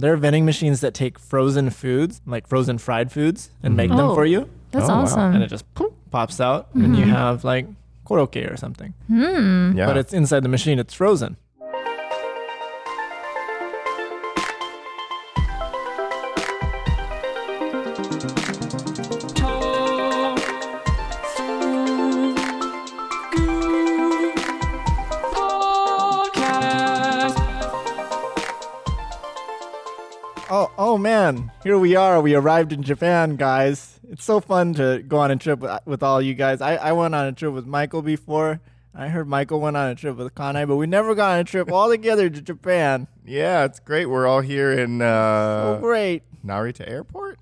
There are vending machines that take frozen foods, like frozen fried foods, and make them Oh. for you. That's Oh, wow. awesome. And it just poof, pops out, and you have like koroke or something. Hmm. Yeah. But it's inside the machine, it's frozen. Oh, oh man, here we are. We arrived in Japan, guys. It's so fun to go on a trip with, with all you guys. I, I went on a trip with Michael before. I heard Michael went on a trip with Kanai, but we never got on a trip all together to Japan. yeah, it's great. We're all here in uh, oh, great. Narita Airport.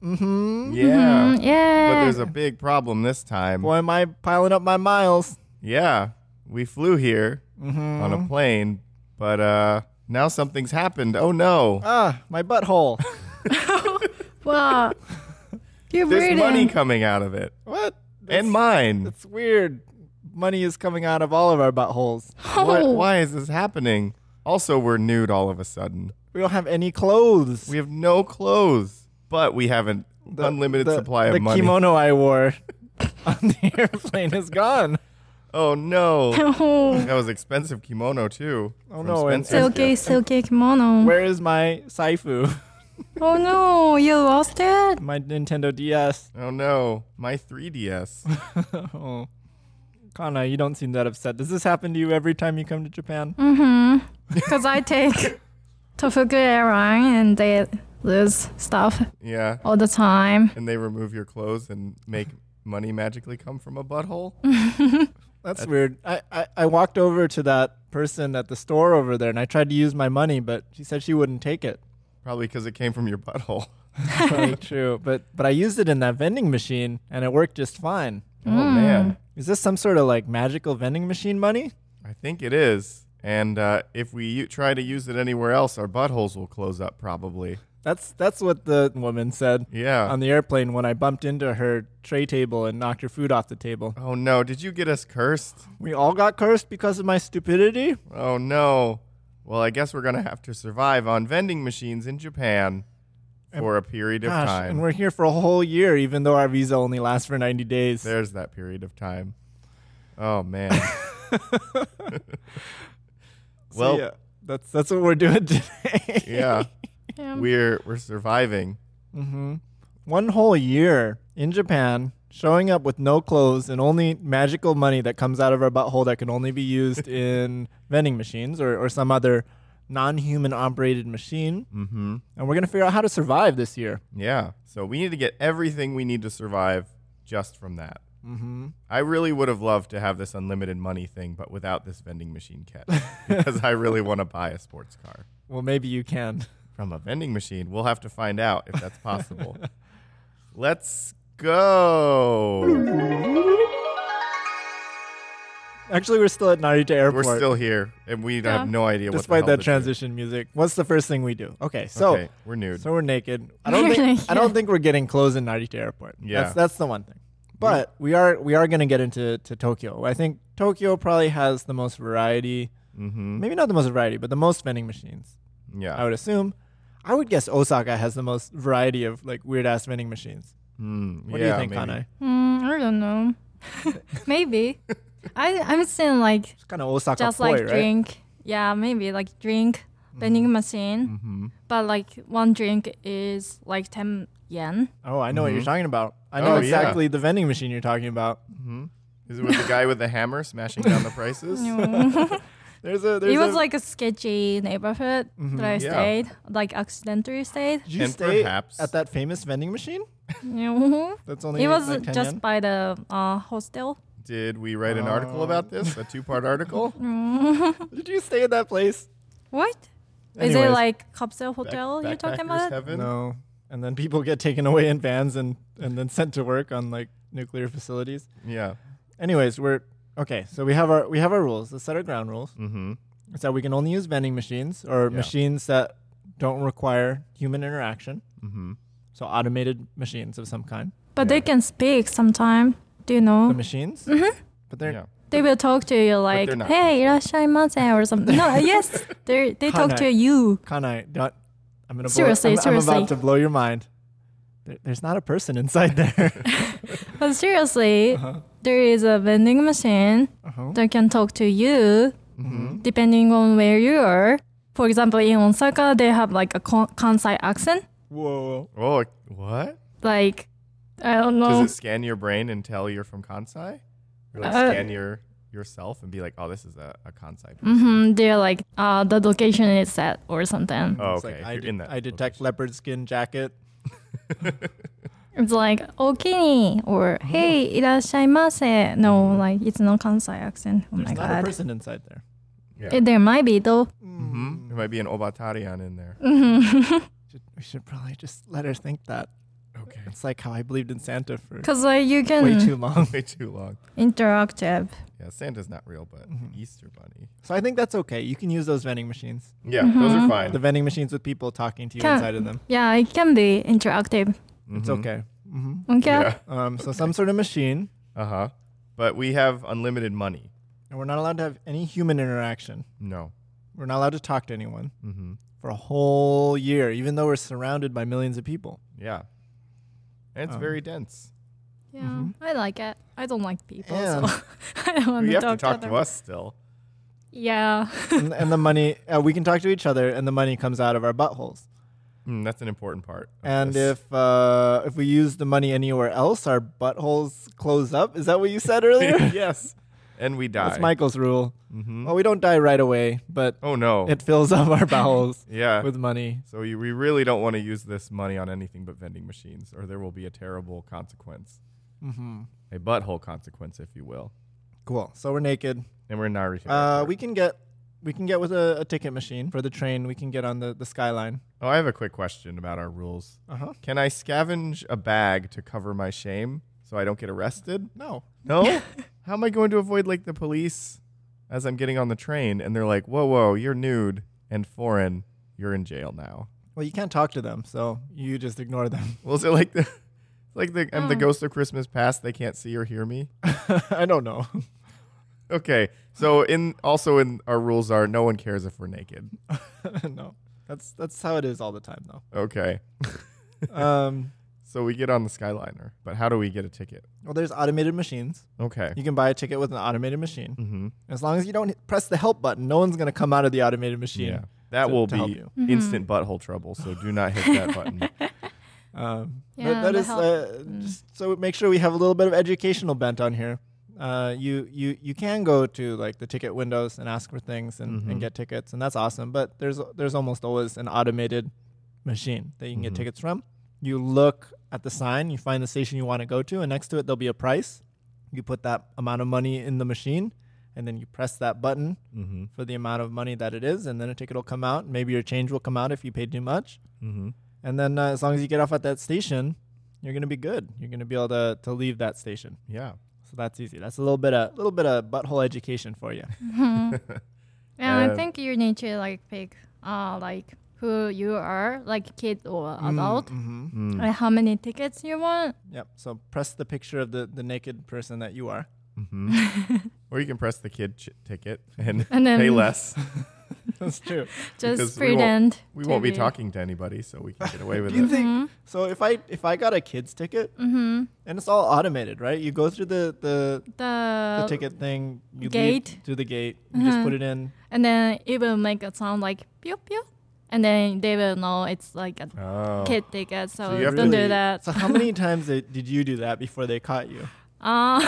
Mm-hmm. Yeah. Mm, yeah. But there's a big problem this time. Boy, am I piling up my miles. Yeah, we flew here Mm-hmm. on a plane, but uh, now something's happened. Oh no. Ah, my butthole. Wow. You're There's weirding. money coming out of it. what? and mine. It's weird. Money is coming out of all of our buttholes. What, Oh. why is this happening? Also, we're nude all of a sudden. We don't have any clothes. We have no clothes, but we have an The- unlimited the- supply the of money. kimono I wore on the airplane is gone. Oh no. Oh. That was expensive kimono too. Oh, from no, and- Spencer's. Silky, silky kimono. Where is my Saifu? Oh no, you lost it? My Nintendo DS. Oh no, my 3DS. Oh. Kana, you don't seem that upset. Does this happen to you every time you come to Japan? Mm-hmm. Because I take Tofuku Airline and they lose stuff yeah, all the time. and they remove your clothes and make money magically come from a butthole. Mm. That's, weird. I, I, I walked over to that person at the store over there and I tried to use my money, but she said she wouldn't take it. Probably because it came from your butthole. Probably true. But but I used it in that vending machine and it worked just fine. Oh man, Is this some sort of like magical vending machine money? I think it is. And uh, if we u- try to use it anywhere else, our buttholes will close up probably. That's that's what the woman said Yeah. on the airplane when I bumped into her tray table and knocked her food off the table. oh no, did you get us cursed? We all got cursed because of my stupidity. Oh no. Well, I guess we're gonna have to survive on vending machines in Japan for a period of Gosh, and time. we're here for a whole year, even though our visa only lasts for 90 days. There's that period of time. Oh man. So, well, yeah, that's that's what we're doing today. yeah, Yeah. we're we're surviving. hmm One whole year in Japan, showing up with no clothes and only magical money that comes out of our butthole that can only be used in vending machines or, or some other non human operated machine. Mm-hmm. And we're going to figure out how to survive this year. Yeah. So we need to get everything we need to survive just from that. Mm-hmm. I really would have loved to have this unlimited money thing, but without this vending machine catch, because I really want to buy a sports car Well, maybe you can. from a vending machine. We'll have to find out if that's possible. Let's go. Actually, we're still at Narita Airport. We're still here, and we Yeah. have no idea what. Despite the hell that this is. transition music, what's the first thing we do? Okay, so okay, we're nude. so we're naked. I don't think I don't think we're getting clothes in Narita Airport. Yeah. that's, that's the one thing. But we are we are going to get into to Tokyo. I think Tokyo probably has the most variety. mm-hmm. Maybe not the most variety, but the most vending machines. Yeah. I would assume. I would guess Osaka has the most variety of like weird ass vending machines. Mm, What do you yeah, think, maybe. Kanai? Mm, I don't know. maybe. I, I'm saying like It's kind of Osaka just poi, like right? Mm-hmm. drink. Yeah, maybe like drink vending machine. Mhm. But like one drink is like 10 yen. Oh, I know what you're talking about. I know Oh, yeah. exactly the vending machine you're talking about. Mm-hmm. Is it with the guy with the hammer smashing down the prices? There's a there's It was a, like a sketchy neighborhood that I Yeah. stayed, like accidentally stayed. Did you And stay perhaps- at that famous vending machine? Mhm. That's only It was like 10 just yen? by the uh, hostel. Did we write an article about this? A two-part article? Did you stay at that place? What? Is it Anyways. like capsule hotel you're talking Backpackers about? Heaven? No. And then people get taken away in vans and and then sent to work on like nuclear facilities. Yeah. Anyways, we're okay. So we have our we have our rules. Let's set our ground rules. Mm. Mm-hmm. It's that we can only use vending machines or Yeah. machines that don't require human interaction. Mm-hmm. So automated machines of some kind. But they can speak sometime. Do you The know? machines. Mm-hmm. But they're Yeah. They will talk to you like, they're not. "Hey, irashaimase" or something. No, yes, they they talk to Kanai. you. Kanai, don't I'm gonna Seriously, blow, I'm, I'm seriously. about to blow your mind. There, there's not a person inside there. But seriously, there is a vending machine uh-huh. that can talk to you Mm-hmm. Mm-hmm. depending on where you are. For example, in Osaka, they have like a Kon- Kansai accent. Whoa. Oh, what? Like, I don't know. Does it scan your brain and tell you're from Kansai? Or like Uh, scan your yourself and be like, oh, this is a, a Kansai. person. hmm they're like, uh, the location is that or something. Oh, It's okay. like, if I, you're de- in that I detect location. leopard skin jacket. It's like, okay, or hey, irashaimase. No, like, it's not Kansai accent. Oh There's my not a god. person inside there. Yeah. Eh, there might be though. Mhm. There might be an Obatarian in there. Mm-hmm. Should- we should probably just let her think that. Okay. It's like how I believed in Santa for Because like, you way can too long. Way too long. interactive. Yeah, Santa's not real, but Mm-hmm. Easter Bunny. So I think that's okay. You can use those vending machines. Yeah, those Mm-hmm. are fine. The vending machines with people talking to you Can- inside of them. Yeah, it can be interactive. It's Mhm. okay. hmm Okay. Yeah. Um, so some sort of machine, Uh huh. But we have unlimited money. and we're not allowed to have any human interaction. No. We're not allowed to talk to anyone Mm-hmm. for a whole year, even though we're surrounded by millions of people. Yeah. And it's Um, very dense. Yeah, I like it. I don't like people, And- so I don't want to You have talk to talk them. to us still. Yeah, and, and the money, uh, we can talk to each other, and the money comes out of our buttholes. Mm, that's an important part. of And this. if uh, if we use the money anywhere else, our buttholes close up. Is that what you said earlier? yes, and we die. That's Michael's rule. Mhm. Well, we don't die right away, but Oh no. it fills up our bowels yeah. with money. so you, we really don't want to use this money on anything but vending machines, or there will be a terrible consequence, Mm-hmm. a butthole consequence, if you will. Cool. So we're naked. And we're in Naruto. Uh, we can get we can get with a, a ticket machine for the train. We can get on the the skyline. oh, I have a quick question about our rules. Uh huh. Can I scavenge a bag to cover my shame so I don't get arrested? No. No? How am I going to avoid like the police as I'm getting on the train and they're like, whoa, whoa, you're nude and foreign. You're in jail now. Well, you can't talk to them, so you just ignore them. Well, is it like the it's like the I'm the Oh. ghost of Christmas past, they can't see or hear me? I don't know. Okay. So in also in our rules are no one cares if we're naked. no. That's that's how it is all the time though. Okay. Um, So we get on the Skyliner. But how do we get a ticket? well, there's automated machines. Okay. You can buy a ticket with an automated machine. Mm-hmm. As long as you don't hit- press the help button, no one's gonna come out of the automated machine. Yeah. That To- will to help be you. instant butthole trouble, so do not hit that button. Um, but Yeah, that the is help- Mm. uh, just so make sure we have a little bit of educational bent on here. Uh, you you you can go to like the ticket windows and ask for things and, and get tickets, and that's awesome. But there's there's almost always an automated machine that you can get tickets from. You look at the sign, you find the station you want to go to, and next to it there'll be a price. You put that amount of money in the machine, and then you press that button Mm-hmm. for the amount of money that it is, and then a ticket will come out. Maybe your change will come out if you paid too much. Mm-hmm. And then uh, as long as you get off at that station, you're gonna be good. You're gonna be able to, to leave that station. Yeah. So that's easy. That's a little bit of little bit of butthole education for you. yeah. Uh, I think you need to like pick, uh, like who you are, like kid or adult, Mm-hmm. Mm. and how many tickets you want. Yep. So press the picture of the, the naked person that you are. hmm or you can press the kid ch- ticket and, And then- pay less. That's true. Just Because we won't- pretend. We to won't be talking to anybody, so we can get away with Do you it. think mm-hmm, so? If I if I got a kid's ticket and it's all automated, right? You go through the the, the the, ticket thing. You Uh, gate? Mm-hmm. leave through the gate. You just put it in. and then it will make a sound like pew pew, and then they will know it's like a Oh. kid ticket. So, you have don't to- do that. So how many times did did you do that before they caught you? Uh,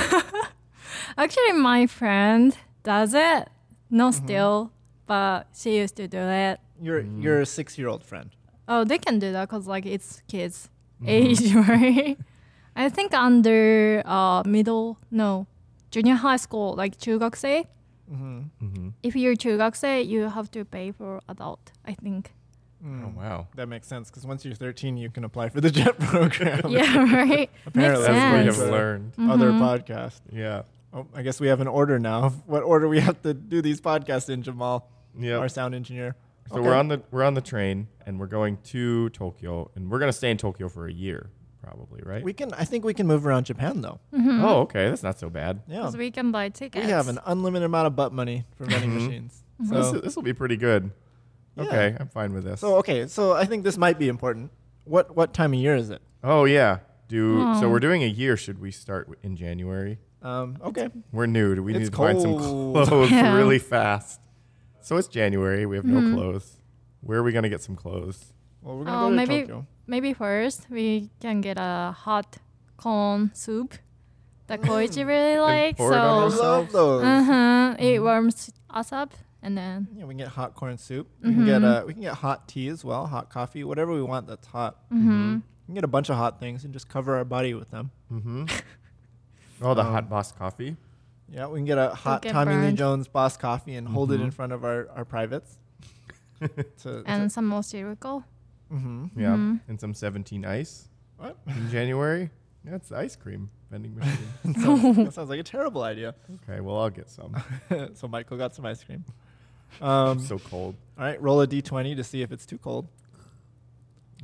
actually, my friend does it. Not Mm-hmm. still, but she used to do it. Your your six year old friend. Oh, they can do that because like it's kids' age, right? I think under uh middle, no, junior high school, like 中学生. Mhm. If you're 中学生, you have to pay for adult. I think. Mm. Oh, wow. That makes sense because once you're 13, you can apply for the JET program. Yeah, right. Apparently Makes that's That's what what we you sense. Mm-hmm. have Yes. learned. Other podcast. Yeah. Oh, I guess we have an order now. of What order we have to do these podcasts in, Jamal, Yeah. our sound engineer? So we're on the we're on the train and we're going to Tokyo and we're gonna stay in Tokyo for a year probably, right? We can. I think we can move around Japan though. Oh, okay, that's not so bad. Yeah, Mm, 'Cause we can buy tickets. Mm-hmm. we Mm-hmm. have an unlimited amount of butt money for vending machines. So This, this will be pretty good. Okay, I'm fine with this. So okay, so I think this might be important. What what time of year is it? oh yeah. Do so we're doing a year. Should we start w- in January? Um, okay. We're nude. We It's need to find some cold. clothes Yeah. Mm-hmm. really fast. So it's January. We have no clothes. Where are we gonna get some clothes? Well, we're gonna Oh, go to maybe Tokyo. maybe first we can get a hot corn soup that Koichi really likes. pour it on I Oh. So, love those. uh-huh, it warms us up, and then Yeah, we can get hot corn soup. We can Mm-hmm. get uh, we can get hot tea as well, hot coffee, whatever we want that's hot. mhm. We can get a bunch of hot things and just cover our body with them. Mm-hmm. oh, Um, the hot boss coffee. Yeah, we can get a hot get Tommy Lee burned. Jones boss coffee and hold it in front of our, our privates. to, and some more cereal. mm-hmm. Yeah, Mhm. and some 17 ice What? in January. That's the ice cream vending machine. So- that sounds like a terrible idea. okay, well I'll get some. so Michael got some ice cream. Um, I'm so cold. all right, roll a d20 to see if it's too cold.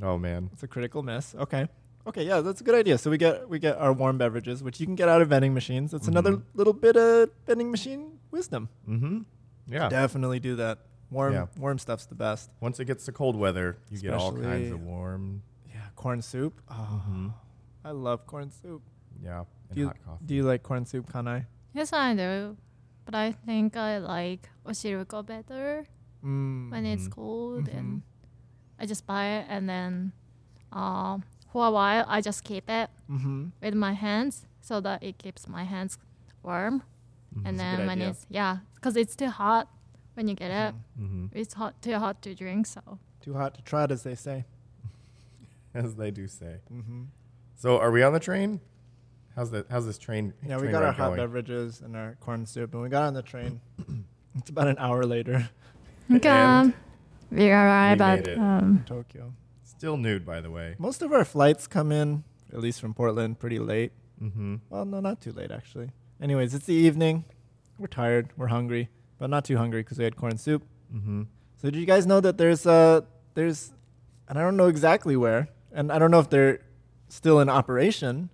Oh man. It's a critical miss. Okay. Okay, yeah, that's a good idea. So we get we get our warm beverages, which you can get out of vending machines. That's another Mhm. little bit of vending machine wisdom. Mm-hmm. Yeah. Definitely do that. Warm Yeah. warm stuff's the best. Once it gets to cold weather, you get all kinds Especially- of warm. Yeah, corn soup. Oh, Mhm. I love corn soup. Yeah, and Do you, hot coffee. do you like corn soup, Kanai? Yes, I do, but I think I like osiriko better Mm. when it's Mhm. cold, Mhm. and I just buy it, and then uh, for a while I just keep it Mm-hmm. with my hands so that it keeps my hands warm. Mm, That's a good And then when idea. it's yeah, because it's too hot when you get it. mm-hmm. It's hot too hot to drink. So Too hot to trot, as they say. as they do say. Mm-hmm. So, are we on the train? How's the How's this train? Yeah, we train got our ride hot going? beverages and our corn soup, and we got on the train. it's about an hour later, um, And? we arrive We made at it. um, Tokyo. Still nude, by the way. Most of our flights come in, at least from Portland, pretty late. Mm-hmm. Well, no, not too late actually. Anyways, it's the evening. We're tired. We're hungry, but not too hungry because we had corn soup. Mm-hmm. So did you guys know that there's uh there's and I don't know exactly where and I don't know if they're still in operation,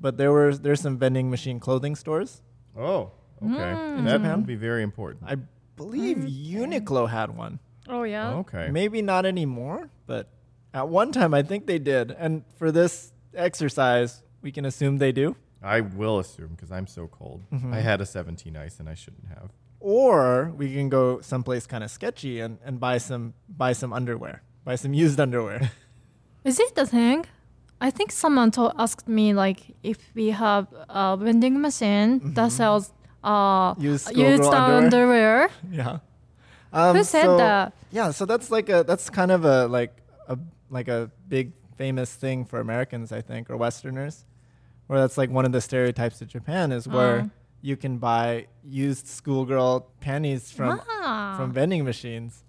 but there were there's some vending machine clothing stores. Oh, okay. Mm. That Japan? would be very important. I believe Uniqlo had one. oh yeah Okay. Maybe not anymore, but at one time I think they did. And for this exercise, we can assume they do. I will assume because I'm so cold. Mhm. I had a 17 ice and I shouldn't have. Or we can go someplace kind of sketchy and, and buy some buy some underwear. Buy some used underwear. Is it the thing? I think someone to- asked me like if we have a vending machine that sells uh Mm-hmm. Used schoolgirl used underwear. underwear. yeah. Um, Who said so- that? Yeah, so that's like a that's kind of a like a like a big famous thing for Americans, I think, or Westerners, where that's like one of the stereotypes of Japan is where Oh. you can buy used schoolgirl panties from ah. from vending machines,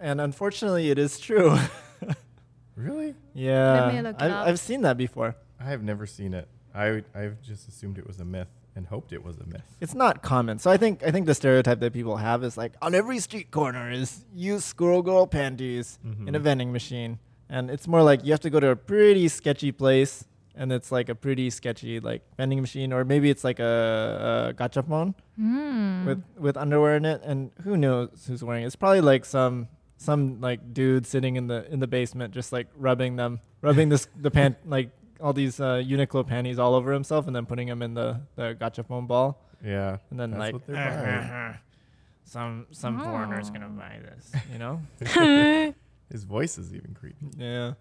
and unfortunately, it is true. Really? yeah, me look it I've, up. I've seen that before. I have never seen it. I I've just assumed it was a myth and hoped it was a myth. It's not common, so I think I think the stereotype that people have is like on every street corner is used schoolgirl panties in a Mhm. vending machine, and it's more like you have to go to a pretty sketchy place, and it's like a pretty sketchy like vending machine, or maybe it's like a, a gachapon Hmm. with with underwear in it, and who knows who's wearing it? It's probably like some some like dude sitting in the in the basement just like rubbing them, rubbing this the pant like all these uh, Uniqlo panties all over himself, and then putting them in the the gachapon ball. Yeah. And then That's like what they're buying. some some foreigner's gonna Oh. buy this, you know? His voice is even creepy. yeah.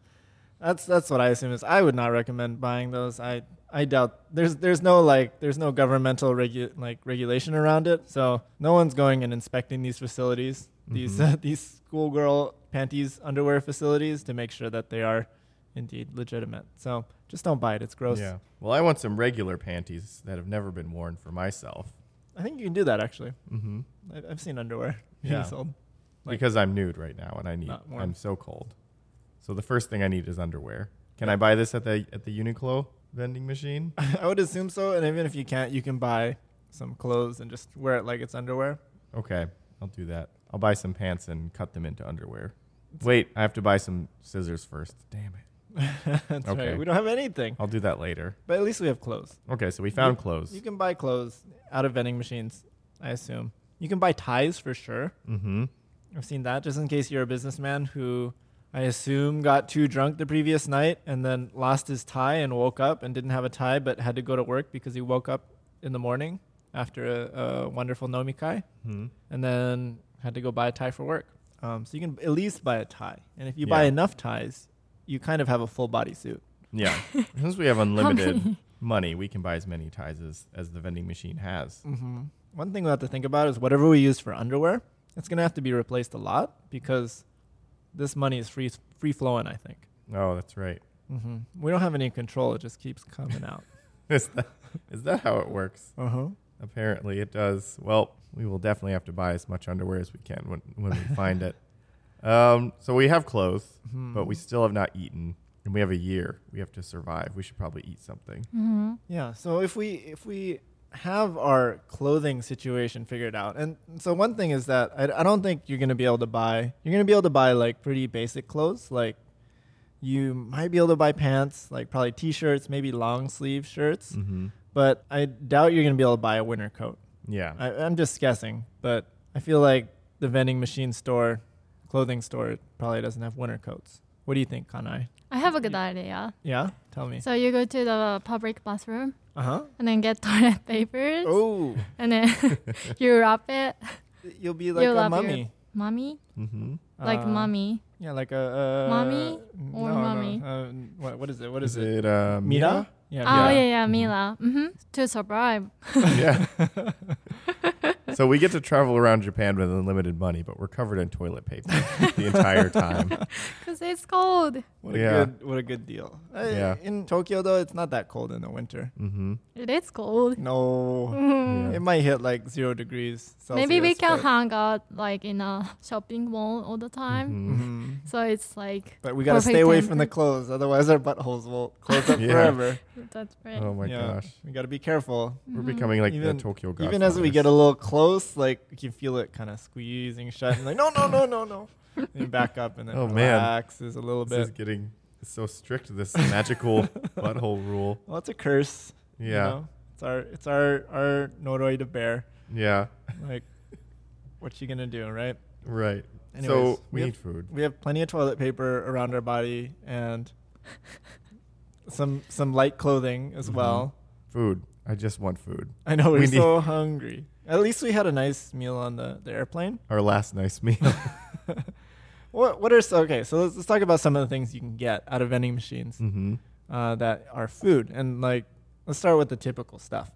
That's that's what I assume is I would not recommend buying those. I I doubt there's there's no like there's no governmental regu- like regulation around it. So no one's going and inspecting these facilities, these Mhm. uh, these schoolgirl panties underwear facilities to make sure that they are indeed legitimate. So just don't buy it. It's gross. Yeah. Well, I want some regular panties that have never been worn for myself. I think you can do that actually. Mm-hmm. I, I've seen underwear Yeah. being sold. Like- because I'm nude right now and I need. Not warm. I'm so cold. So the first thing I need is underwear. Can I buy this at the at the Uniqlo vending machine? I would assume so. And even if you can't, you can buy some clothes and just wear it like it's underwear. Okay, I'll do that. I'll buy some pants and cut them into underwear. Wait, I have to buy some scissors first. Damn it. That's Okay. right. We don't have anything, I'll do that later. but at least we have clothes. Okay, so we found clothes. You can buy clothes out of vending machines, I assume. You can buy ties for sure. mm-hmm. I've seen that just in case you're a businessman who I assume got too drunk the previous night and then lost his tie and woke up and didn't have a tie but had to go to work because he woke up in the morning after a, a wonderful nomikai Hmm. and then had to go buy a tie for work. Um, so you can at least buy a tie. And if you buy Yeah. enough ties, you kind of have a full bodysuit. Yeah. Since we have unlimited money, we can buy as many ties as, as the vending machine has. Mm-hmm. One thing we have to think about is whatever we use for underwear, it's going to have to be replaced a lot because this money is free free flowing. I think Oh, that's right. Mm-hmm. hmm we don't have any control; it just keeps coming out. Is that, is that how it works? uh huh. Apparently, it does. Well, we will definitely have to buy as much underwear as we can when, when we find it. Um, so we have clothes, Mm-hmm. but we still have not eaten, and we have a year. We have to survive. We should probably eat something. Mm-hmm. Yeah. So if we if we have our clothing situation figured out, and so one thing is that I, I don't think you're going to be able to buy. You're going to be able to buy like pretty basic clothes. Like you might be able to buy pants, like probably t-shirts, maybe long sleeve shirts. Mm-hmm. But I doubt you're going to be able to buy a winter coat. Yeah. I, I'm just guessing, but I feel like the vending machine store, clothing store, probably doesn't have winter coats. What do you think, Kanai? I have a good idea. Yeah, tell me. So you go to the public bathroom Uh huh. and then get toilet papers Oh, and then you wrap it, you'll be like You'll a have your- mummy. mommy, mm-hmm. like Uh, mommy. Yeah, like a uh, Mommy or no, mummy? No, uh, what, what is it? What Is is it? it uh, Mira? Yeah. Oh yeah. yeah, yeah, Mila. Mm-hmm. To survive. yeah. so we get to travel around Japan with unlimited money, but we're covered in toilet paper the entire time. Cause it's cold. What a Yeah. good what a good deal. Uh, Yeah. In Tokyo though, it's not that cold in the winter. Mm-hmm. It is cold. No. Yeah. It might hit like zero degrees. Celsius, Maybe we can but- hang out like in a shopping mall all the time. Mhm. Mhm. So it's like But we gotta Perfect stay away time from the for- clothes, otherwise our buttholes will close up Yeah. forever. that's right. Oh my Yeah, gosh. Oh we gotta be careful. We're Mhm. becoming like Even- the Tokyo Godfathers. Even as we get a little close, like you can feel it kind of squeezing shut, and like no, no, no, no, no, and you back up and then Oh, man. relaxes a little This is bit. getting so strict, this magical butthole rule. Well, it's a curse. you Yeah. know? it's our it's our our noroi to bear. Yeah. Like, what you gonna do, right? Right. Anyways, so we yep. need food. We have plenty of toilet paper around our body and some some light clothing as Mhm. well. Food. I just want food. I know we're We need- so hungry. At least we had a nice meal on the, the airplane. Our last nice meal. What what are so okay? So let's, let's talk about some of the things you can get out of vending machines mm-hmm. uh, that are food and like let's start with the typical stuff.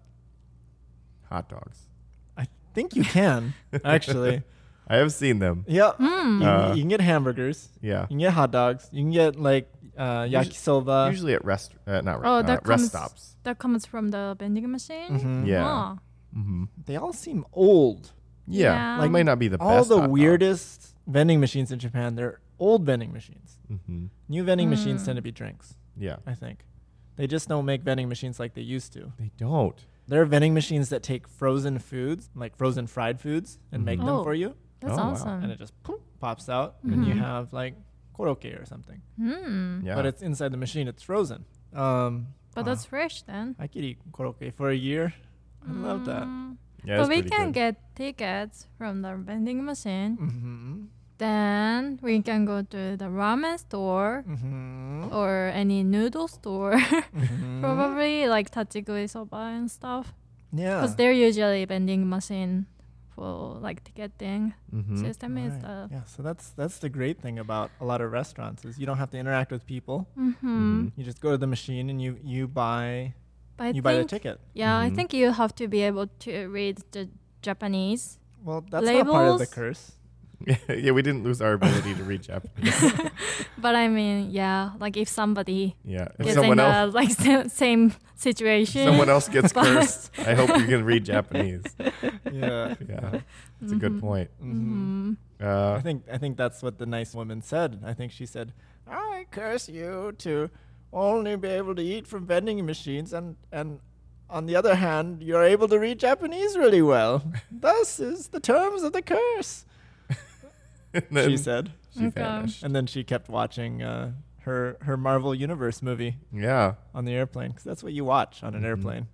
Hot dogs. I think you can actually. I have seen them. Yeah, you, Mm. can- Uh, you can get hamburgers, Yeah. you can get hot dogs, you can get like uh, Usu- yakisoba. Usually at rest, uh, not re- Oh, uh, that rest comes- stops. that comes from the vending machine. Mhm. Yeah. Ah. Mm-hmm. They all seem old. Yeah, Yeah. like Like, may not be the all best. the weirdest vending machines in Japan, they're old vending machines. Mm-hmm. New vending machines Mm. tend to be drinks, Yeah, I think. They just don't make vending machines like they used to. they don't. There are vending machines that take frozen foods, like frozen fried foods, and make them Mhm. for you, That's Oh, Mm-hmm. wow. awesome. and it just poof, pops out, and you Mhm. have like koroke or something. Mm. Yeah, But it's inside the machine; it's frozen. Um, But wow. that's fresh then. I could eat koroke for a year. I love that. Mm. yeah, but it's we pretty can good. get tickets from the vending machine. Mm-hmm. Then we can go to the ramen store Mm-hmm. Oh. or any noodle store. Oh, Mm-hmm. Probably like tachigoi soba and stuff. Yeah. Because they're usually vending machine for like ticketing Mhm. system is uh, Right. the yeah, so that's that's the great thing about a lot of restaurants is you don't have to interact with people. Mm-hmm. hmm You just go to the machine and you you buy But I you buy the think- ticket. Yeah, Mhm. I think you have to be able to read the Japanese. Well, that's not part of the Labels? curse. yeah, we didn't lose our ability to read Japanese. But I mean, yeah, like if somebody Yeah, if is someone in else, the like sa- same situation. someone else gets but- cursed, I hope you can read Japanese. yeah. Yeah, it's a Mm-hmm. good point. Mhm. Mhm. I Uh, think I think that's what the nice woman said. I think she said, "I curse you to only be able to eat from vending machines and and on the other hand, you're able to read Japanese really well. Thus is the terms of the curse." and then she said. she Okay. vanished. And then she kept watching uh, her her Marvel Universe movie Yeah, on the airplane because that's what you watch on an Mhm. airplane.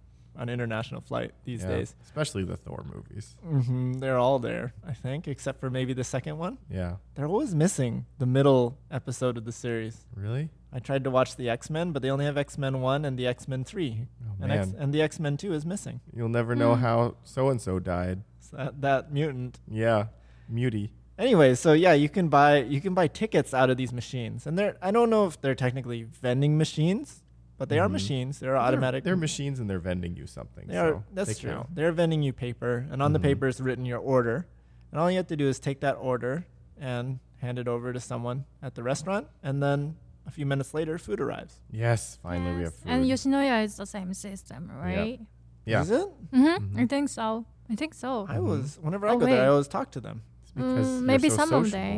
on international flight these Yeah, days. especially the Thor movies. hmm They're all there, I think, except for maybe the second one. Yeah, They're always missing the middle episode of the series. really. I tried to watch the X Men, but they only have X Men 1 and the X Men 3. Oh And, man, X- and the X Men 2 is missing. you'll never know Mm. how so and so died. So that, that mutant. Yeah, Muty. Anyway, so yeah, you can buy you can buy tickets out of these machines, and they're I don't know if they're technically vending machines, but they are Mhm. machines. They're automatic. They're, machines and they're vending you something. They so are. That's they true. count. They're vending you paper, and on the Mhm. paper is written your order, and all you have to do is take that order and hand it over to someone at the restaurant, and then a few minutes later, food arrives. Yes, finally we have Yes. food. And Yoshinoya is the same system, right? yeah, Is it? hmm Mhm. I think so. I think so. I Mhm. was. Whenever I Oh, go there, I wait. always talk to them. it's because Mm, you're maybe so someday.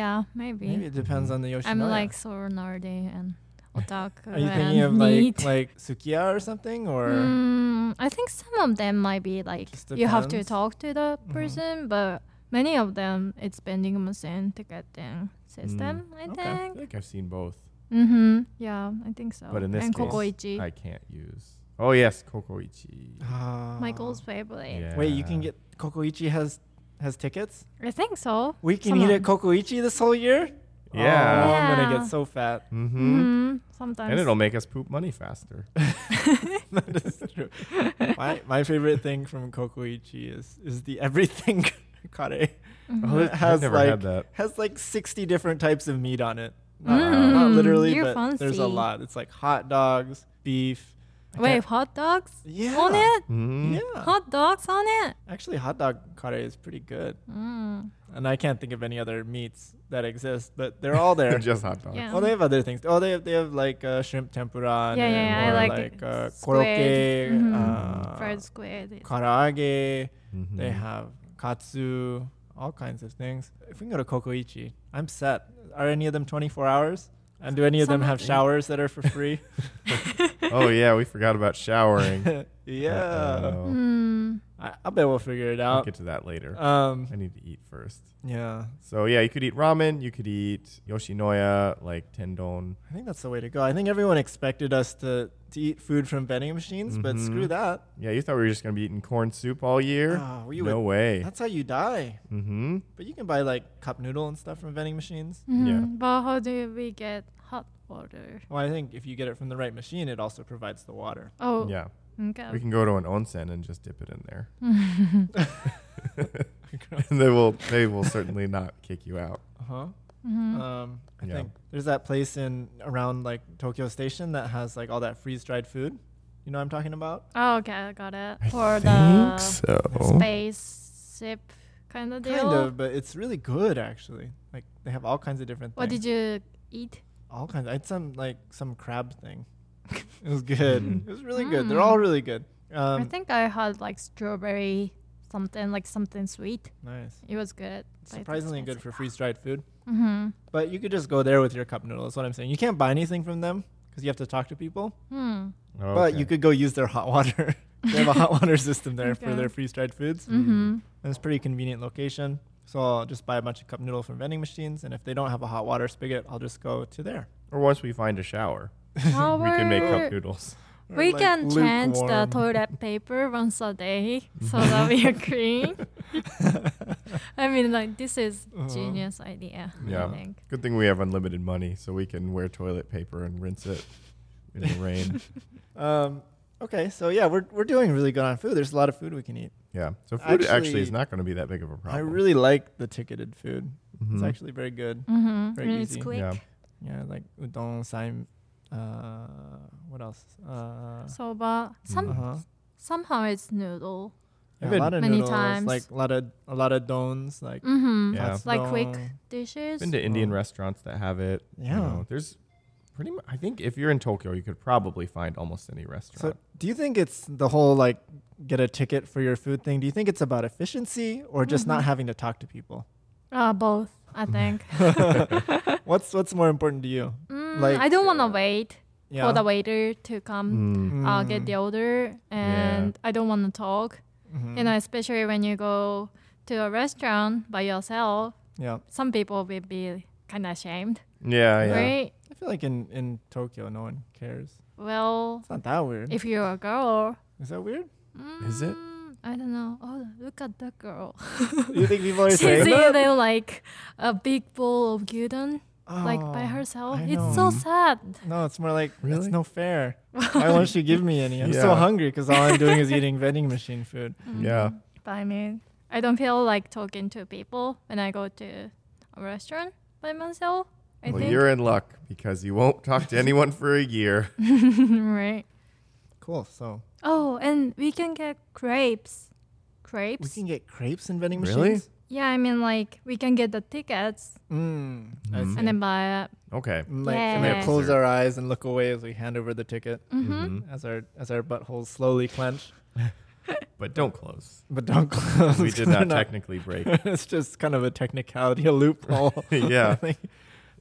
Yeah, maybe. Maybe it depends Mhm. on the Yoshinoya. I'm like so nerdy and otaku. Are you thinking of and like neat. like Sukiya or something or? Mm, I think some of them might be like Just you have to depends. talk to the Mm-hmm. Mhm. person, but many of them it's vending machine ticketing system. Mm, I Okay. social. I think. think I've seen both, Mm-hmm. Yeah, I think so. but in this and case, Kokoichi, I can't use. Oh yes, Kokoichi. Ah. Michael's uh, favorite. Yeah. Wait, you can get Kokoichi has has tickets. I think so. We can Someone- eat at Kokoichi this whole year. Yeah. Oh, I'm gonna Yeah. get so fat. Mm-hmm. Mhm, Sometimes. And it'll make us poop money faster. that is true. My my favorite thing from Kokoichi is is the everything kare. Mhm. Oh, I've it has never like had that. has like sixty different types of meat on it. Not, Mm, not literally, you're but there's a fancy. lot. It's like hot dogs, beef. I Wait, can't- hot dogs yeah, on it? Mm. Yeah, Hot dogs on it? actually, hot dog kare is pretty good. Mm. And I can't think of any other meats that exist, but they're all there. Just hot dogs. Yeah. Well, they have other things. Oh, they have they have like uh, shrimp tempura. and Yeah, yeah, yeah, I or like like uh, squid. koroke, Mhm. uh, Fried squid. is- karaage. Mhm. They have katsu, all kinds of things. If we can go to Kokoichi, I'm set. Are any of them 24 hours? And do any of them Some of have them. showers that are for free? Oh yeah, we forgot about showering. yeah, Uh-oh. Mm. I, I bet we'll figure it I'll out. get to that later. Um, I need to eat first. yeah, So yeah, you could eat ramen. You could eat yoshinoya, like tendon. I think that's the way to go. I think everyone expected us to to eat food from vending machines, but Mhm. screw that. Yeah, you thought we were just gonna be eating corn soup all year? Ah, we no would- way. That's how you die. Mm-hmm. But you can buy like cup noodle and stuff from vending machines. Yeah. Mhm. But how do we get hot water? Well, I think if you get it from the right machine, it also provides the water. Oh, Yeah, we okay. can go to an onsen and just dip it in there. Mm-hmm. and they will. They will certainly not kick you out. Uh-huh. Mhm. Um, I Yeah. think there's that place in around like Tokyo Station that has like all that freeze dried food. You know what I'm talking about? oh, okay, I got it. For the so. spaceship kind of deal. Kind of, but it's really good actually. Like they have all kinds of different What things. did you eat? all kinds. I had some like some crab thing. it was good. Mm. it was really good. They're all really good. Um, I think I had like strawberry something, like something sweet. nice. It was good. Surprisingly good for freeze dried food. Mm-hmm. But you could just go there with your cup noodle. That's what I'm saying. You can't buy anything from them because you have to talk to people. Hmm. But you could go use their hot water. they have a hot water system there for Okay. their freeze dried foods. Mm-hmm. And it's a pretty convenient location. So I'll just buy a bunch of cup noodle from vending machines. And if they don't have a hot water spigot, I'll just go to there. Or once we find a shower, Our, we can make cup noodles. Or We like can change the lukewarm. toilet paper once a day so that we are clean. I mean, like this is genius idea. Yeah. I think. Good thing we have unlimited money, so we can wear toilet paper and rinse it in the rain. Um, okay. So yeah, we're, we're doing really good on food. There's a lot of food we can eat. Yeah. So food actually, is Actually, not going to be that big of a problem. I really like the ticketed food. It's Mhm. actually very good. Mm-hmm. Very And it's easy. quick. Yeah. Yeah, like udon, saim, uh, what else? Uh, So, but some uh-huh. somehow it's noodle. Yeah, I've a been- lot of Many noodles, times. like a lot of a lot of dons, like Mm-hmm. Yeah. katsudon. Like quick dishes. Been to Indian Oh. restaurants that have it. you Yeah. know. there's pretty much. I think if you're in Tokyo, you could probably find almost any So, restaurant. do you think it's the whole like get a ticket for your food thing? Do you think it's about efficiency or just Mm-hmm. not having to talk to people? Uh, both, I think. What's what's more important to you? Mm, Like, I don't want uh, to wait Yeah. Mm-hmm. for the waiter to come Mm. uh, get the order, and I don't want to talk. Mhm. You know, especially when you go to a restaurant by yourself, Yeah. some people will be kind of ashamed, Yeah, yeah. right? I feel like in in Tokyo, no one cares. Well, It's not that weird. if you're a girl, Is that weird? Is it? mm, I don't know. Oh, look at that girl. you think people are She's saying that? eating like a big bowl of gyudon, like by Oh, herself. I It's so know. sad. No, it's more like Really? that's no fair. Why won't she give me any? I'm so Yeah. hungry because all I'm doing is eating vending machine food. Yeah. But I mean, I don't feel like talking to people when I go to a restaurant by myself. I well, think you're in luck because you won't talk to anyone for a year. right. Cool. So Oh, and we can get crepes. Crepes? we can get crepes in vending Really? machines. yeah, I mean, like we can get the tickets Mm, I Mm. see. and then buy it. Okay. And, like, Yeah. and then Yeah. close our eyes and look away as we hand over the ticket Mm-hmm. Mhm. as our as our buttholes slowly clench, But don't close. but don't close. We 'cause did we're not technically break. it's just kind of a technicality, a loophole. Yeah. Like,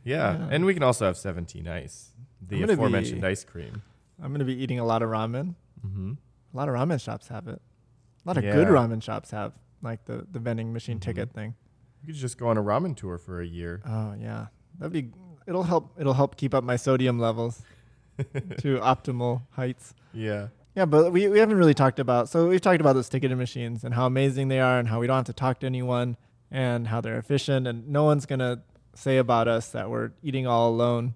Yeah. Yeah. And we can also have 17 ice, I'm the gonna aforementioned be- ice cream. I'm gonna be eating a lot of ramen. Mm-hmm. A lot of ramen shops have it. A lot of good Yeah. ramen shops have like the the vending machine Mhm. ticket thing. You could just go on a ramen tour for a year. Oh yeah, that'd be. It'll help. It'll help keep up my sodium levels to optimal heights. yeah. Yeah, but we, we haven't really talked about. So we've talked about those ticketed machines and how amazing they are, and how we don't have to talk to anyone, and how they're efficient, and no one's gonna say about us that we're eating all alone,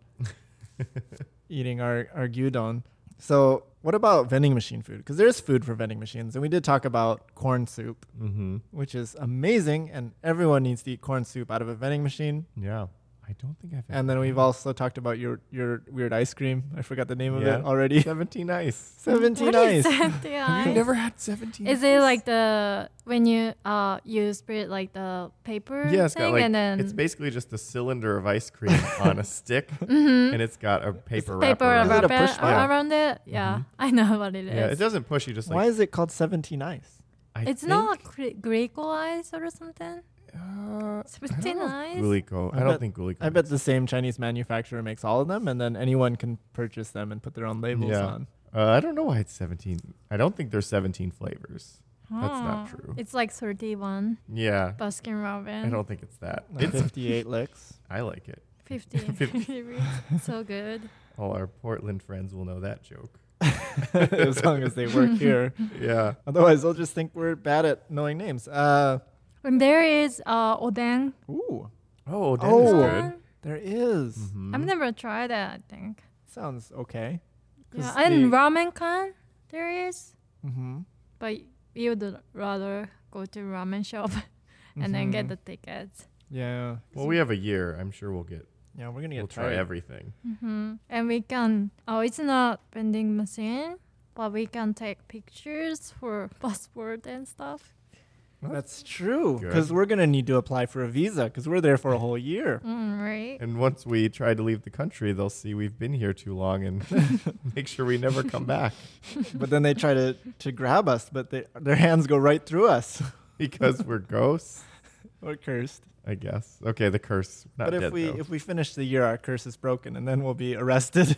eating our our gyudon. So what about vending machine food? Because there's food for vending machines, and we did talk about corn soup, Mm-hmm. which is amazing, and everyone needs to eat corn soup out of a vending machine. Yeah. I don't think I've. And then we've also talked about your your weird ice cream. I forgot the name of Yeah. it already. 17 ice. Seventeen What ice. is that? Have Yeah. you never had 17? Is it like the when you uh you spread like the paper Yeah, it's thing got like and then it's basically just a cylinder of ice cream on a stick, and it's got a paper wrapper. Mm-hmm. paper around Is it wrap a push it button? around it? Yeah, I know what it it. is. Mm-hmm. Yeah, it doesn't push you. Just like Why is it called seventeen ice? I it's think, not gre- Greek ice or something. Uh, Seventeen eyes. Gulico. I I, don't bet- think Gulico. I bet the same Chinese manufacturer makes all of them, and then anyone can purchase them and put their own labels Yeah. on. Uh, I don't know why it's 17. I don't think there's 17 flavors. That's not Huh. true. It's like thirty-one Yeah. Baskin I Robbins. don't think it's that. Like It's Fifty-eight licks. I like it. 50. Fifty. so good. All our Portland friends will know that joke. as long as they work here. Yeah. Otherwise, they'll just think we're bad at knowing names. Uh, And there is uh oden. ooh, Oh, that Oh. is good. one. there is. Mhm. I've never tried that. I think. Sounds okay. Yeah, 'Cause and the- ramen kan there is, Mhm, but you would rather go to ramen shop and then get Mm-hmm. mhm. the tickets. Yeah, Well, we have a year. I'm sure we'll get. yeah. We're gonna get We'll try tired. everything. hmm And we can. Oh, it's not vending machine, but we can take pictures for passport and stuff. That's true. Good. Because we're going to need to apply for a visa because we're there for a whole year. Mm, right. And once we try to leave the country, they'll see we've been here too long and make sure we never come back but then they try to, to grab us, but they, their hands go right through us. because we're ghosts. we're cursed. I guess. Okay, the curse. Not but if dead, we though. if we finish the year, our curse is broken, and then we'll be arrested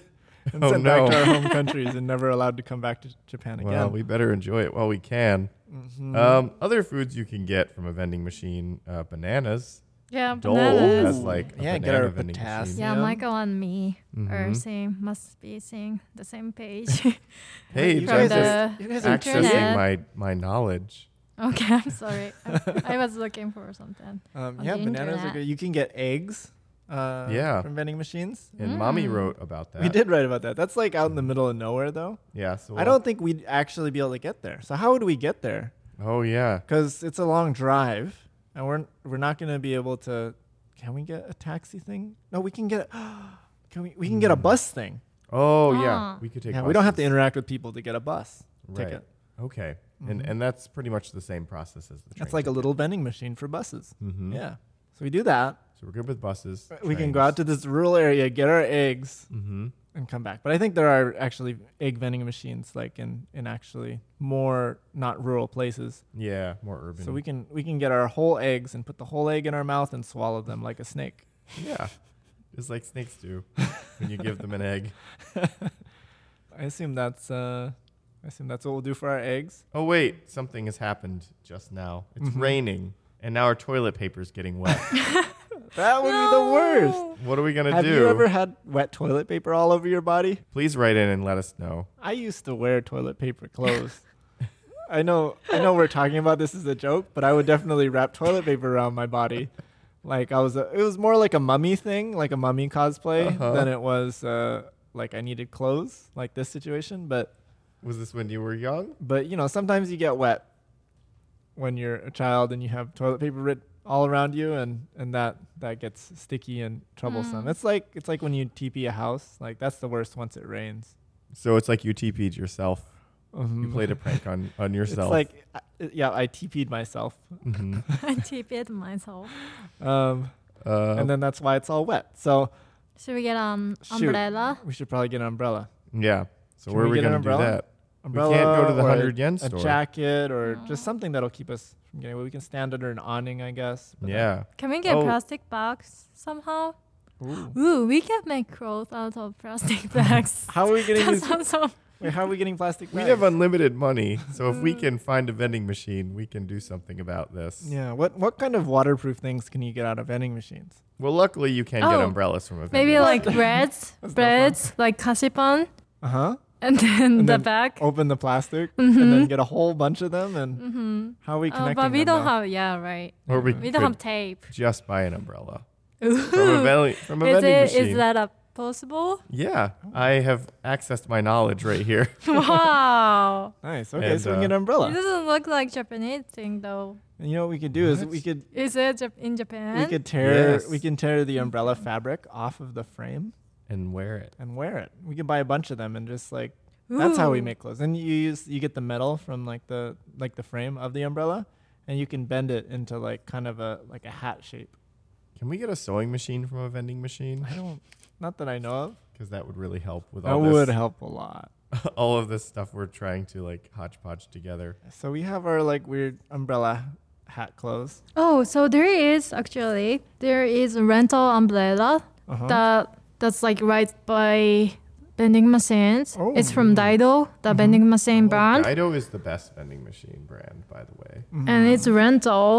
and Oh, sent back to no. our home countries and never allowed to come back to Japan well, again. we better enjoy it while we can. Mhm. Um, other foods you can get from a vending machine: uh, bananas. Yeah, Dole bananas. has like a Yeah, get banana our vending patas. machine. Yeah, Yeah. Mm-hmm. Michael and me are Mhm. same. Must be seeing the same page. Hey, you from guys, James the- is are, you guys are internet. accessing my my knowledge. okay, I'm sorry. I, I was looking for something. um, on yeah, the bananas are internet. good. You can get eggs. Uh, Yeah. from vending machines. And mommy Mm. wrote about that. Mm. We did write about that. That's like out in the middle of nowhere, though. Yeah. So I don't think we'd actually be able to get there. So how would we get there? Oh yeah. because it's a long drive, and we're we're not gonna be able to. Can we get a taxi thing? No, we can get. Can we? We can get a bus thing. Oh yeah. Ah. We could take. Yeah, we don't have to Mm. buses. interact with people to get a bus ticket. Okay. And and that's pretty much the same process as the train. Mm-hmm. That's like a little vending machine for buses. Mm-hmm. Yeah. So we do that. So we're good with buses. We can go out to this rural area, get our eggs, Mm-hmm. and come back. But I think there are actually egg vending machines, like in in actually more not rural places. Yeah, more urban. So we can we can get our whole eggs and put the whole egg in our mouth and swallow them like a snake. Yeah. Just like snakes do when you give them an egg. I assume that's uh, I assume that's what we'll do for our eggs. Oh, wait. Something has happened just now. It's Mhm. raining, and now our toilet paper is getting wet. That would be the worst. What are we gonna Have do? you ever had wet toilet paper all over your body? Please write in and let us know. I used to wear toilet paper clothes. I know I know we're talking about this as a joke, but I would definitely wrap toilet paper around my body. Like I was a, it was more like a mummy thing, like a mummy cosplay Uh-huh. than it was uh, like I needed clothes like this situation, but Was this when you were young? but you know, sometimes you get wet when you're a child and you have toilet paper writ all around you and and that that gets sticky and troublesome. Mm. It's like it's like when you TP a house, like that's the worst once it rains. So it's like you TP'd yourself. You Mhm. played a prank on on It's yourself. like, uh, yeah, I TP'd myself. Mhm. I tip it myself. Um, Uh, and then that's why it's all wet. So Should we get um Shoot. umbrella? we should probably get an umbrella. yeah. So Can where we are we get an gonna do umbrella? that? Umbrella. go to the or 100 yen a store. jacket or just No. something that'll keep us from getting away. We can stand under an awning, I guess. but that- Yeah. Can we get Oh. plastic bags somehow? Ooh. Ooh, we can make clothes out of plastic bags. How are we getting that these? sounds so. Wait, how are we getting plastic? We bags? have unlimited money, so if we can find a vending machine, we can do something about this. Yeah. What what kind of waterproof things can you get out of vending machines? Well, luckily you can get Oh. umbrellas from a vending. Maybe machine. like breads, That's no breads like kashipan, Uh huh. and then And the then- bag. Open the plastic and then Mhm. get a whole bunch of them. And Mm-hmm. how are we connecting? Oh, but we them don't now? have. Yeah, right. or we, We don't could have tape. just buy an umbrella from a, Ooh. vending from a Is vending it? Is machine. that a possible? yeah, I have accessed my knowledge right here. wow. Nice. Okay, And, so we can uh, get an It umbrella. doesn't look like Japanese thing though. And you know what we could do is What? we could Is it Jap- in We Japan? could tear Yes. we can tear the umbrella fabric off of the frame and wear it. and wear it. We can buy a bunch of them and just like that's how we Ooh. make clothes. And you use you get the metal from like the like the frame of the umbrella and you can bend it into like kind of a like a hat shape. Can we get a sewing machine from a vending machine? I don't not that I know of. Because that would really help with That all would this, help a lot. all of this stuff we're trying to like hodgepodge together. So we have our like weird umbrella hat clothes. Oh, so there is actually there is a rental umbrella Uh-huh. that that's like right by vending machines. Oh. It's from Daido, the vending machine Oh, brand, Dido is the best vending machine brand, by the way. and it's rental,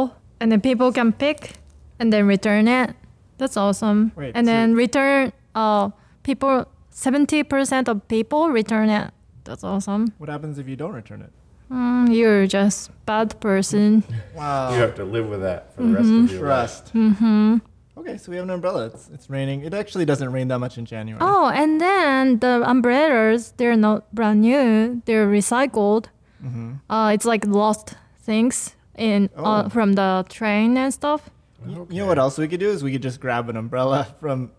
and then people can pick and then return it. That's awesome. Wait, and so- then return. Uh, people seventy percent of people return it. That's awesome. What happens if you don't return it? Mm, you're just bad person. Wow. You have to live with that for the rest of your life. Trust. Uh, Mm-hmm. Okay, so we have an umbrella. It's, it's raining. It actually doesn't rain that much in January. Oh, and then the umbrellas, they're not brand new, they're recycled. Mm-hmm. Uh, it's like lost things in uh, Oh. from the train and stuff. Y- Okay. You know what else we could do is we could just grab an umbrella from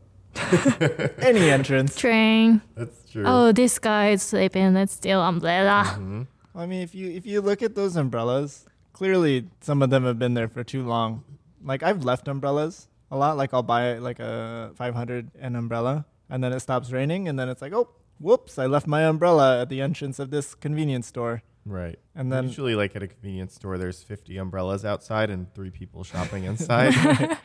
any entrance. Train. That's true. Oh, this guy is sleeping. It's still umbrella. Mhm. I mean, if you if you look at those umbrellas, clearly some of them have been there for too long. Like I've left umbrellas a lot. Like I'll buy like a 500 an umbrella, and then it stops raining, and then it's like, oh, whoops, I left my umbrella at the entrance of this convenience store, Right. and then Usually, like at a convenience store, there's 50 umbrellas outside and three people shopping inside. right,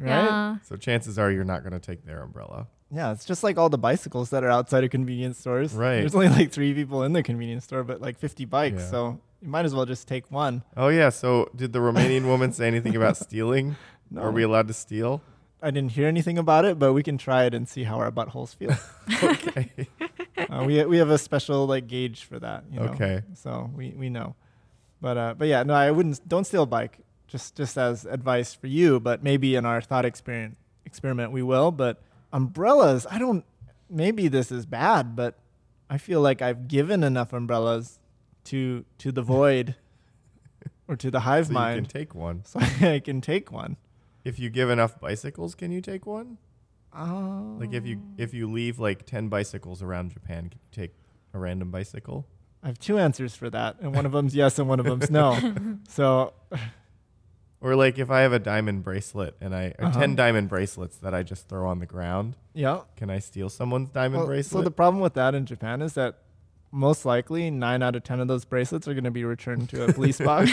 Yeah. so chances are you're not going to take their umbrella. yeah, it's just like all the bicycles that are outside of convenience stores. Right. there's only like three people in the convenience store, but like 50 bikes, Yeah. so you might as well just take one. Oh yeah. So did the Romanian woman say anything about stealing? Are we allowed to steal? I didn't hear anything about it, but we can try it and see how our buttholes feel. Okay. uh, we we have a special like gauge for that. You know? Okay. So we we know, but uh, but yeah, no, I wouldn't. Don't steal a bike. Just just as advice for you, but maybe in our thought experiment experiment we will. But umbrellas, I don't. Maybe this is bad, but I feel like I've given enough umbrellas to to the void or to the hive so you can mind, take one. so I can take one. If you give enough bicycles, can you take one? Oh. Like if you if you leave like 10 bicycles around Japan, can you take a random bicycle? I have two answers for that, and one of them's yes, and one of them's no. so Or like if I have a diamond bracelet and I or Uh-huh. 10 diamond bracelets that I just throw on the ground, yeah. can I steal someone's diamond Well, so bracelet? the problem with that in Japan is that most likely nine out of ten of those bracelets are going to be returned to a police box,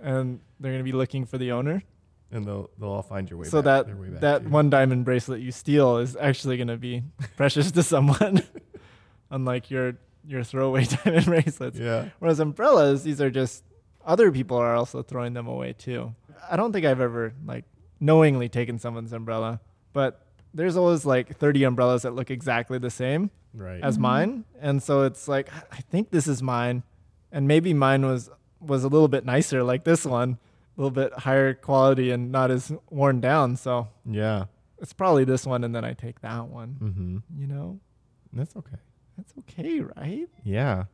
and they're going to be looking for the owner. and they'll they'll all find your way so back. that their way back that to you. one diamond bracelet you steal is actually going to be precious to someone, unlike your your throwaway diamond bracelets. Yeah. Whereas umbrellas, these are just other people are also throwing them away too. I don't think I've ever like knowingly taken someone's umbrella, but there's always like 30 umbrellas that look exactly the same Right. as mine, and so it's like I think this is mine, and maybe mine was was a little bit nicer, like this one, a little bit higher quality and not as worn down. So yeah. it's probably this one, and then I take that one. Mm-hmm. You know, That's okay. that's okay, right? Yeah.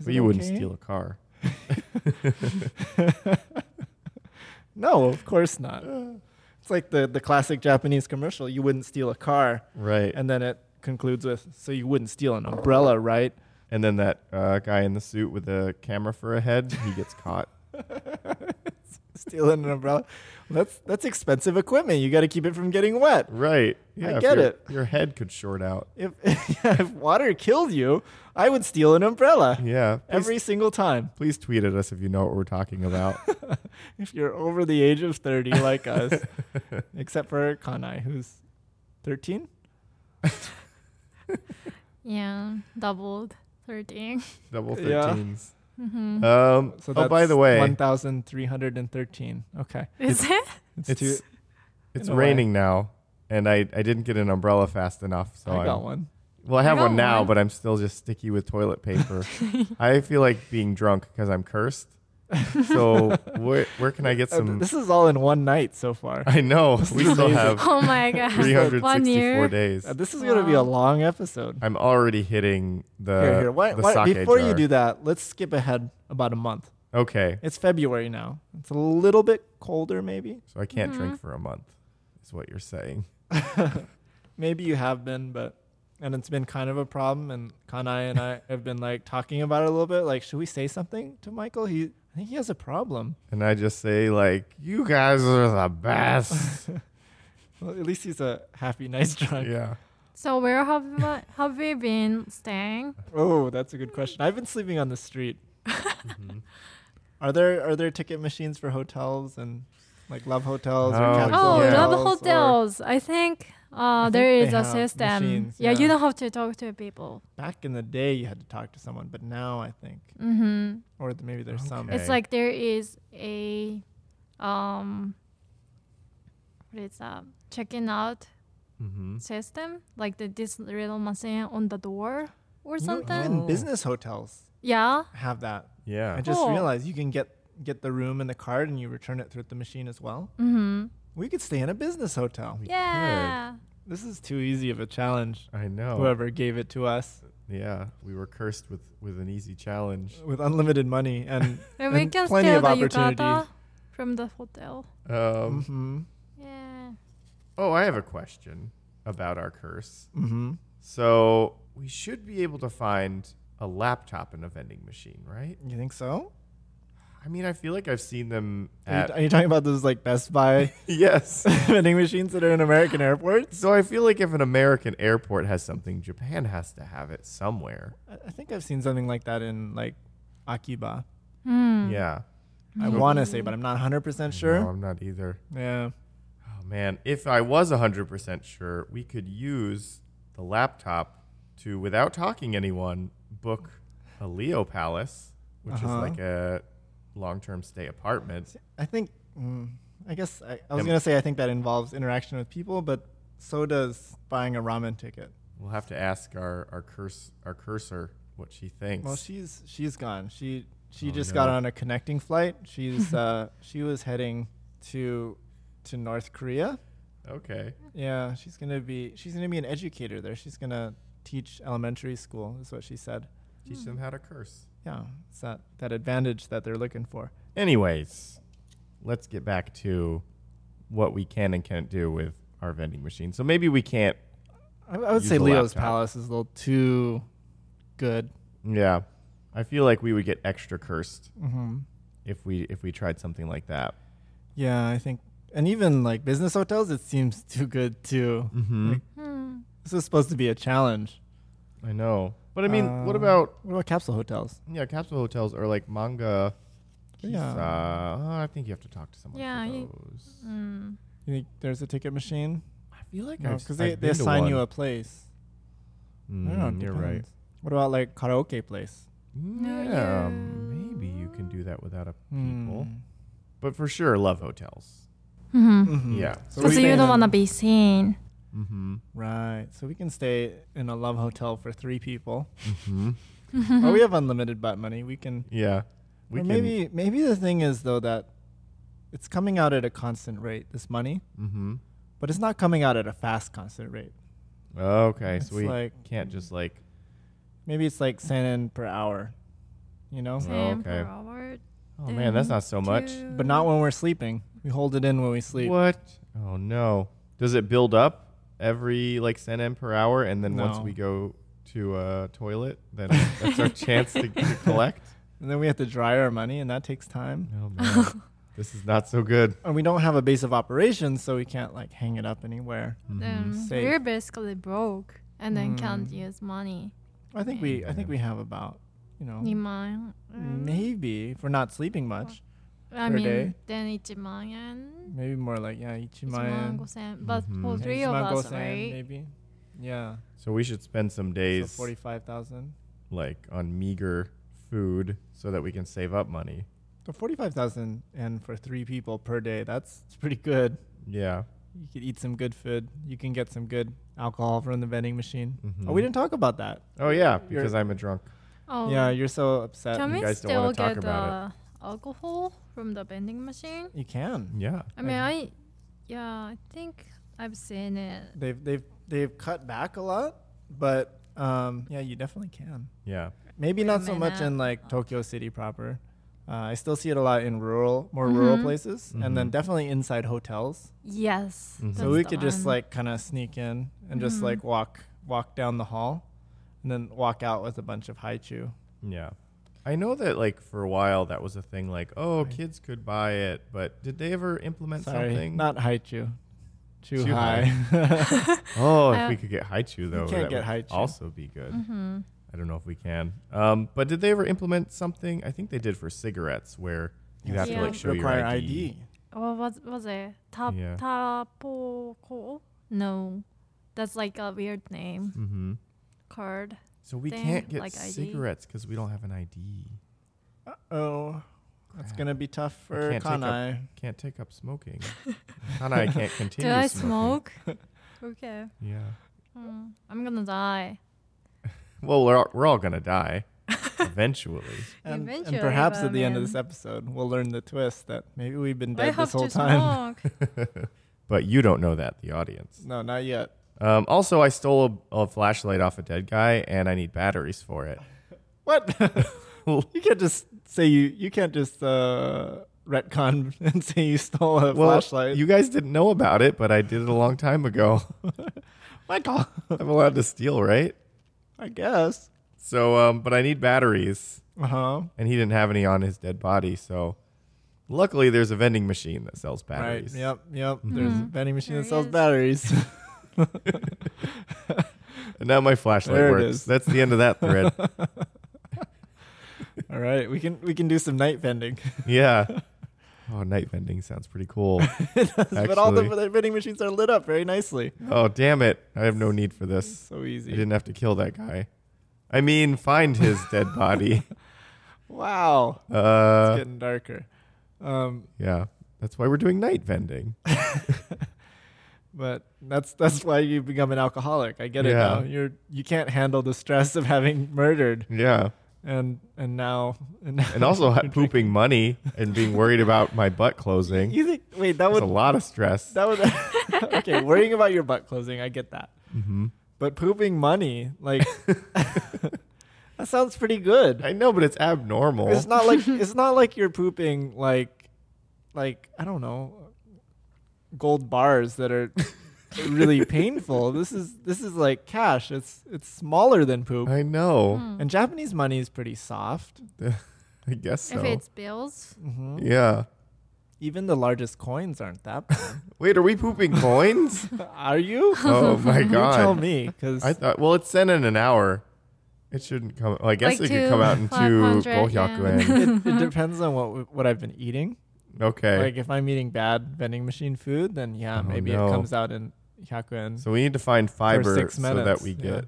Is but it you wouldn't okay? steal a car. No, of course not. It's like the, the classic Japanese commercial. You wouldn't steal a car, Right. And, and then it concludes with, "So you wouldn't steal an umbrella, right?" then that uh, guy in the suit with the camera for a head, he gets caught. Stealing an umbrella, that's that's expensive equipment. You got to keep it from getting wet. Right. I if get your- it. Your head could short out. If if water killed you, I would steal an umbrella Yeah. Please, every single time. please tweet at us if you know what we're talking about. If you're over the age of thirty, like us, except for Kanai, who's thirteen. Yeah, doubled, thirteen. Double Yeah. 13s. Mm-hmm. Um, So oh, by the way, one thousand three hundred and thirteen. Okay, Is it? it's, too- it's in a way. raining now, and I, I didn't get an umbrella fast enough. So I I'm- got one. Well, I have I one got now, one. but I'm still just sticky with toilet paper. I feel like being drunk because I'm cursed. So where where can I get Uh, th- some? this is all in one night so far. I know this we is still amazing. have Oh my god. One 364 year. days. Uh, this is going to be a Wow. long episode. I'm already hitting the here, here. Why, Uh, the why, sake before you jar. do that, let's skip ahead about a month. Okay, It's February now. It's a little bit colder, maybe. so I can't Mhm. drink for a month, is what you're saying. Maybe you have been, but and it's been kind of a problem. And Kanai and I have been like talking about it a little bit. Like, should we say something to Michael? He, I think he has a problem. And I just say like, you guys are the best. Well, at least he's a happy, nice drunk. yeah. So where have we, have we been staying? Oh, that's a good question. I've been sleeping on the street. Mm-hmm. Are there are there ticket machines for hotels and like love hotels or Oh, Capitol Oh, Yeah. love hotels or- hotels. I think uh, think there they is a have system. machines, yeah. yeah. you don't have to talk to people. back in the day you had to talk to someone but now i think Mm-hmm. or th- maybe there's some Okay. It's like there is a, um, what is that? Checking out Mm-hmm. system, like the, this little machine on the door or You know, something. even Oh. business hotels Yeah. have that Yeah. i just Cool. realized you can get get the room and the card and you return it through the machine as well Mm-hmm. we could stay in a business hotel We Yeah. this is too easy of a challenge I know. whoever gave it to us Yeah, we were cursed with with an easy challenge. with unlimited money and And we And can plenty steal of the opportunity. yukata from the hotel. Um, Mhm, Yeah. oh, I have a question about our curse. mhm. So we should be able to find a laptop in a vending machine, right? you think so I mean, I feel like I've seen them are you, at are you talking about those like best buy yes. vending machines that are in american airports So I feel like if an American airport has something, Japan has to have it somewhere. I, I think i've seen something like that in like akiba Hmm. Yeah, I want to say, but I'm not 100% sure. No, I'm not either. Yeah. Oh man, if I was 100% sure, we could use the laptop to, without talking to anyone, book a Leo Palace, which Uh-huh. is like a long term stay apartment. I think, mm, I guess I, I was Am- going to say, I think that involves interaction with people, but so does buying a ramen ticket. We'll have to ask our, our, curse, our cursor what she thinks. Well, she's she's gone. She she Oh, just no. got on a connecting flight. She's uh she was heading to to North Korea. okay. Yeah, she's going to be she's going to be an educator there. She's going to teach elementary school is what she said. Teach them how to curse. Yeah, it's that that advantage that they're looking for. Anyways, let's get back to what we can and can't do with our vending machine. So maybe we can't. I, I would Use say the Leo's laptop. Palace is a little too good. Yeah. I feel like we would get extra cursed Mhm. if we if we tried something like that. Yeah, I think, and even like business hotels, it seems too good too. Mm-hmm. Like, Hmm. this is supposed to be a challenge. I know. But I mean, what Uh, about what about capsule hotels? yeah, capsule hotels or like manga? Yeah. kisa? Oh, I think you have to talk to someone. Yeah, for you- those. Hmm. You think there's a ticket machine? I feel like No, I've- because they, I've they been to assign one. you a place. I don't know. Mm, it you're right. depends. What about like karaoke place? No, Yeah, you- maybe you can do that without a people. Hmm. But for sure, love hotels. Mm-hmm. Yeah. So we Because you stay don't in- want to be seen. Mm-hmm. Right. So we can stay in a love hotel for three people. or we have unlimited butt money. We can. Mm-hmm. Yeah. or maybe maybe the thing is though that it's coming out at a constant rate. This money, Mm-hmm. but it's not coming out at a fast constant rate. Okay. It's so we like- can't just like. Maybe it's like cent per hour. You know. Right. Oh, okay. Oh man, that's not so much. But not when we're sleeping. We hold it in when we sleep. What? Oh no. Does it build up every like cent per hour, and then once No. we go to a toilet, then that's our chance to, to collect? And then we have to dry our money, and that takes time. Oh man, this is not so good. And we don't have a base of operations, so we can't like hang it up anywhere. Mm-hmm. Then Safe. we're basically broke and then can't use money. I think we I think we have about you know Iman, um, maybe if we're not sleeping much, I per mean, day. then it's yen. maybe more like yeah ichiman, But for Mhm. three of ichiman us, gosen, right? maybe yeah So we should spend some so days forty five thousand. like on meager food so that we can save up money. So forty five thousand and for three people per day, that's it's pretty good. Yeah. You could eat some good food. You can get some good alcohol from the vending machine. Mhm. Oh, we didn't talk about that. Oh yeah, because I'm a drunk. Oh, Yeah, you're so upset. Can you we guys don't still wanna talk get about the alcohol from the vending machine? You can. Yeah. I mean, I, yeah, I think I've seen it. They've they've they've cut back a lot, but um, yeah, you definitely can. Yeah. Maybe Wait a not so much minute. in like Tokyo City proper. Uh, I still see it a lot in rural, more Mm-hmm. rural places, and then definitely inside hotels. Yes. Mhm. So that's we the could just one. Mm-hmm. like kind of sneak in and just like walk walk down the hall, and then walk out with a bunch of haichu. Yeah. I know that like for a while that was a thing like, oh, kids could buy it, but did they ever implement Sorry, something? not haichu, too Too high. oh, Uh, if Mm. we could get Haichu though, can't that get would Haichu. also be good. Mm-hmm. I don't know if we can. Um, but did they ever implement something? I think they did for cigarettes where you have Yeah. to like show require your ID. ID. What was was it? Ta Yeah. tapoko? No, that's like a weird name. Mm-hmm. Card. So we Thing, can't get like ID? cigarettes because we don't have an ID. Oh, that's Crap. gonna be tough I for can't take up- Kanai. Can't take up smoking. Kanai can't continue. Did I smoking. smoke? okay, Yeah. Mm, I'm gonna die. Well, we're all, we're all gonna die eventually. And, and Eventually, perhaps but at the end of man. this episode, we'll learn the twist that maybe we've been I dead have this whole to time. smoke. But you don't know that, the audience. No, not yet. Um, also, I stole a, a flashlight off a dead guy, and I need batteries for it. What? you can't just say you. You can't just uh, retcon and say you stole a Well, flashlight. you guys didn't know about it, but I did it a long time ago. my call. I'm allowed to steal, right? I guess. So, um, but I need batteries, Uh huh. and he didn't have any on his dead body. So, luckily, there's a vending machine that sells Right. batteries. Mm-hmm. Yep. Yep. There's a vending machine There that sells is. batteries. And now my flashlight There it works. is. That's the end of that thread. All right. We can we can do some night vending. yeah. Oh, night vending sounds pretty cool. but all the Actually. the vending machines are lit up very nicely. Oh, damn it. I have no need for this. So I easy. didn't have to kill that guy. I mean, find his dead body. Wow. it's Uh, getting darker. Um, yeah. That's why we're doing night vending. but that's that's why you become an alcoholic. I get it Yeah. now. You're you can't handle the stress of having murdered Yeah. and and now and, now And also ha- pooping money and being worried about my butt closing. you think wait that That's a would lot of stress. that would okay worrying about your butt closing. I get that. hmm But pooping money like that sounds pretty good. I know, but it's abnormal. It's not like it's not like you're pooping like like I don't know gold bars that are really painful. This is this is like cash. It's it's smaller than poop. I know. And Japanese money is pretty soft. I guess so. If it's bills, yeah. Even the largest coins aren't that. bad. Wait, are we pooping coins? Are you? oh my god. You tell me, because I thought. Well, it's sent in an hour. It shouldn't come. Well, I guess Like it could two, come out in two 500, gohyaku it, it depends on what what I've been eating. en. Okay. Like if I'm eating bad vending machine food, then yeah, Oh, maybe no. it comes out in hyakuen. so we need to find fiber six so that minutes, we yeah. get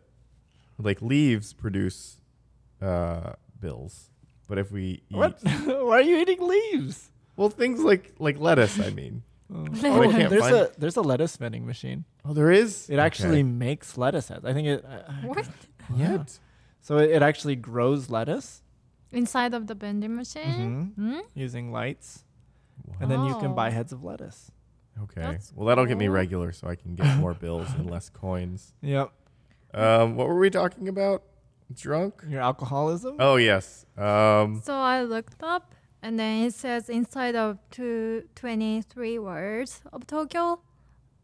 like leaves produce uh, bills, but if we eat what? Why are you eating leaves? well things like like lettuce, I mean Oh, I can't there's find a there's a lettuce vending machine. Oh, there is. It actually makes lettuce heads. I think it. I- I- what? Okay. Yeah. What? So it, it actually grows lettuce Inside of the vending machine? Mhm. Hmm? using lights, and then you can buy Oh. heads of lettuce. Okay. That's well, that'll get me cool. regular, so I can get more bills and less coins. Yep. Um, what were we talking about? Drunk? Your alcoholism. Oh yes. Mm-hmm. Um, So I looked up, and then it says inside of two, 23 wards of Tokyo,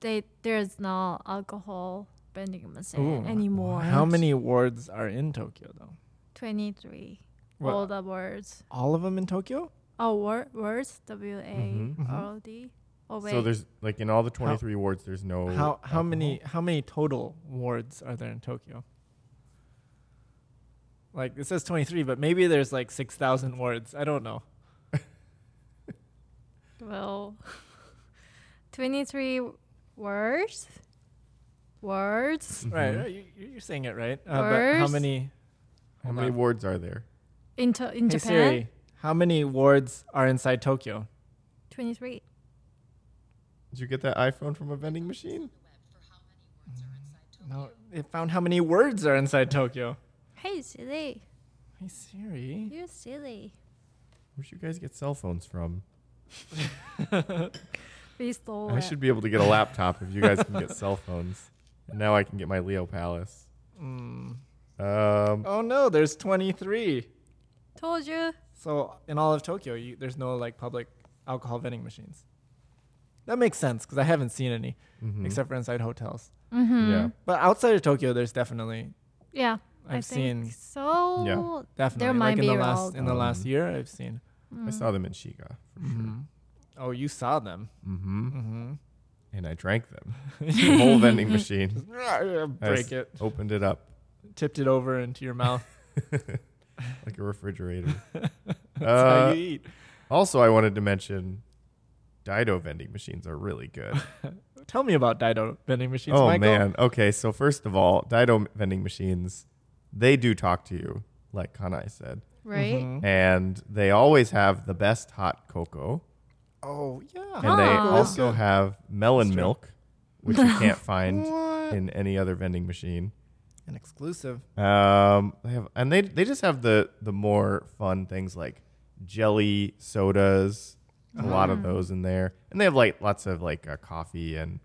they, there's no alcohol vending machine Ooh, anymore. How many wards are in Tokyo though? 23. What? All the words. All of them in Tokyo? Oh, wor- words? W A Mhm. R D. Oh, wait. so there's like in all the 23 wards, there's no. how how alcohol? many how many total wards are there in Tokyo? Like it says 23, but maybe there's like 6,000 wards. I don't know. well, 23 words? Words? Right, Mhm. right, you, you- you're saying it right. Uh, but how Wards? many? How Hold many on. wards are there? In, to- in hey Japan? Siri, how many wards are inside Tokyo? 23. Did you get that iPhone from a vending machine? No, it found how many words are inside Tokyo. Hey, silly. Hey Siri. You're silly. Where'd you guys get cell phones from? We stole I it. should be able to get a laptop if you guys can get cell phones. And now I can get my Leo Palace. Mm. Um, Oh no, there's 23. Told you. So in all of Tokyo, you, there's no like public alcohol vending machines. That makes sense because I haven't seen any mhm. except for inside hotels. Mm-hmm. Yeah. But outside of Tokyo, there's definitely Yeah. I've I seen think so. Yeah. definitely might like in be the rolled. last in the last Um, year I've seen. I saw them in Shiga. Mhm. Oh, you saw them. Mm-hmm. Mm-hmm. And I drank them. the whole vending machine. I Break just it, Opened it up tipped it over into your mouth. like a refrigerator. That's Uh, how you eat. Also, I wanted to mention Dido vending machines are really good. Tell me about Dido vending machines, oh, Michael. man. Okay. So, first of all, Dido vending machines, they do talk to you, like Kanai said. Right? Mm-hmm. Mhm. And they always have the best hot cocoa. Oh yeah. And they Ah. also have melon That's true. milk, which you can't find What? in any other vending machine. An exclusive. Um, they have, and they they just have the the more fun things like jelly sodas, Oh, a lot of those in there, and they have like lots of like uh, coffee and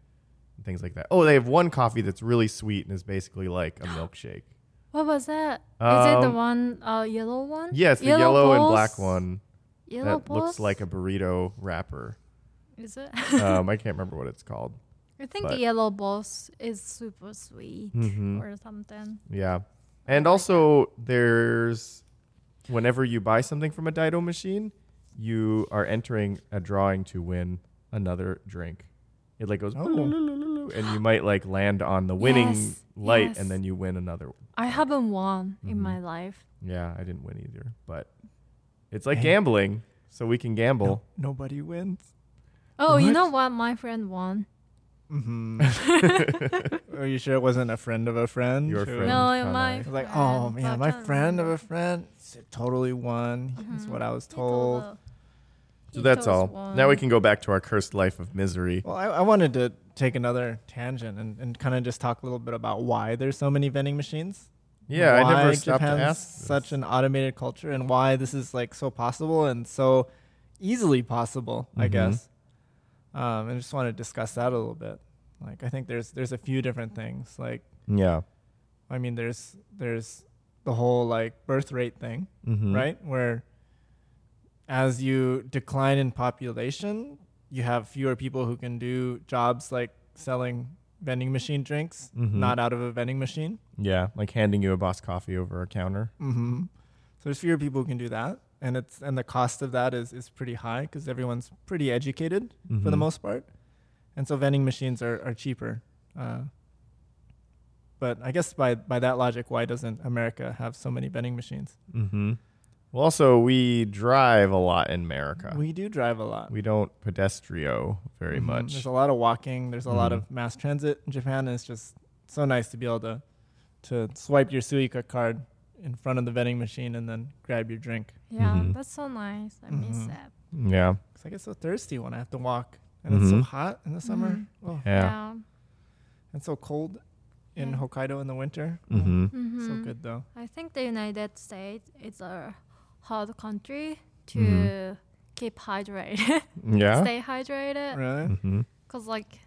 things like that. Oh, they have one coffee that's really sweet and is basically like a milkshake. What was that? Is it the Um, one, uh, yellow one? Yeah, it's the yellow and balls? black one Yellow that looks like a burrito wrapper. Is it? Um, I can't remember what it's called. I think but- yellow balls is super sweet Mhm. or something. Yeah, and also there's whenever you buy something from a Dido machine, you are entering a drawing to win another drink. It like goes Oh. "Bululululu," and you might like land on the winning Yes, light yes. and then you win another. one. I haven't won in Mhm. my life. Yeah, I didn't win either, but it's like Hey. gambling, so we can gamble. Nobody wins. Oh, you What? know what? My friend won. hmm Are you sure it wasn't a friend of a friend? Mm-hmm. Your who- friend. No, my Kinda nice. It's like, friend, oh man, my fucking friend of a friend s- totally won. That's Mm-hmm. what I was told. Little- So that's Ito's all. Now one. we can go back to our cursed life of misery. Well, I, I wanted to take another tangent and, and kind of just talk a little bit about why there's so many vending machines. Yeah, why I never stopped Japan's to ask. this. Such an automated culture, and why this is like so possible and so easily possible, I Mhm. guess. Um, I just want to discuss that a little bit. Like, I think there's there's a few different things. Like, yeah, I mean, there's there's the whole like birth rate thing. Mhm. right? Where as you decline in population, you have fewer people who can do jobs like selling vending machine drinks, Mhm. not out of a vending machine. Yeah, like handing you a boss coffee over a counter. Mm-hmm. So there's fewer people who can do that, and it's and the cost of that is is pretty high because everyone's pretty educated for the Mhm. most part, and so vending machines are are cheaper. Uh, but I guess by by that logic, why doesn't America have so many vending machines? Mm-hmm. Well, also we drive a lot in America. We, We do drive a lot. don't pedestrio very Mhm. much. There's a lot of walking. There's a lot Mhm. of mass transit in Japan, and it's just so nice to be able to to swipe your Suica card in front of the vending machine and then grab your drink. Yeah, Mhm. that's so nice. I miss Mhm. that. yeah, Cause I get so thirsty when I have to walk. and it's so Mhm. hot in the summer. Mhm. Oh, Yeah. and so cold in Yeah. Hokkaido in the winter. Oh, Mm-hmm. hmm So good though. I think the United States is a hard country to Mhm. keep hydrated, Yeah. stay hydrated. Really? Mm-hmm. Cause like,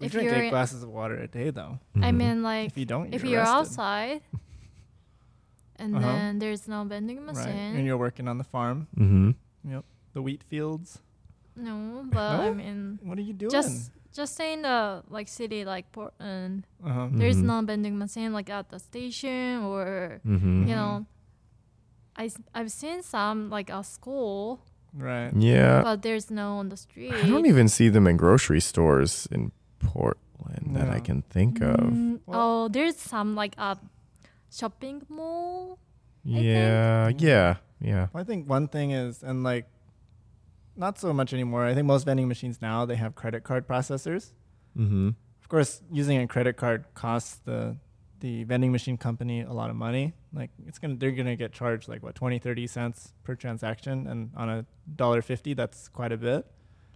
We if drink you're, eight in, glasses of water a day though. Mm-hmm. I mean, like, If you don't, if you're, you're arrested. outside, and Uh-huh. then there's no vending right? machine. And you're working on the farm, Mm-hmm. the wheat fields. No, but I No? mean, What are you doing? just just in the like city like Portland, uh-huh. there is Mhm. no vending machine like at the station or Mm-hmm. you Mhm. know. I s- I've seen some like at school, right. Yeah. but there's no on the street. I don't even see them in grocery stores in Portland that I No. can think of. Mm, Well- oh, there's some like a shopping mall. think- Yeah. Yeah. Yeah. Well, I think one thing is, and like, not so much anymore. I think most vending machines now they have credit card processors. Mm-hmm. Of course, using a credit card costs the the vending machine company a lot of money. Like it's gonna they're gonna get charged like what 20, 30 cents per transaction, and on a dollar fifty, that's quite a bit.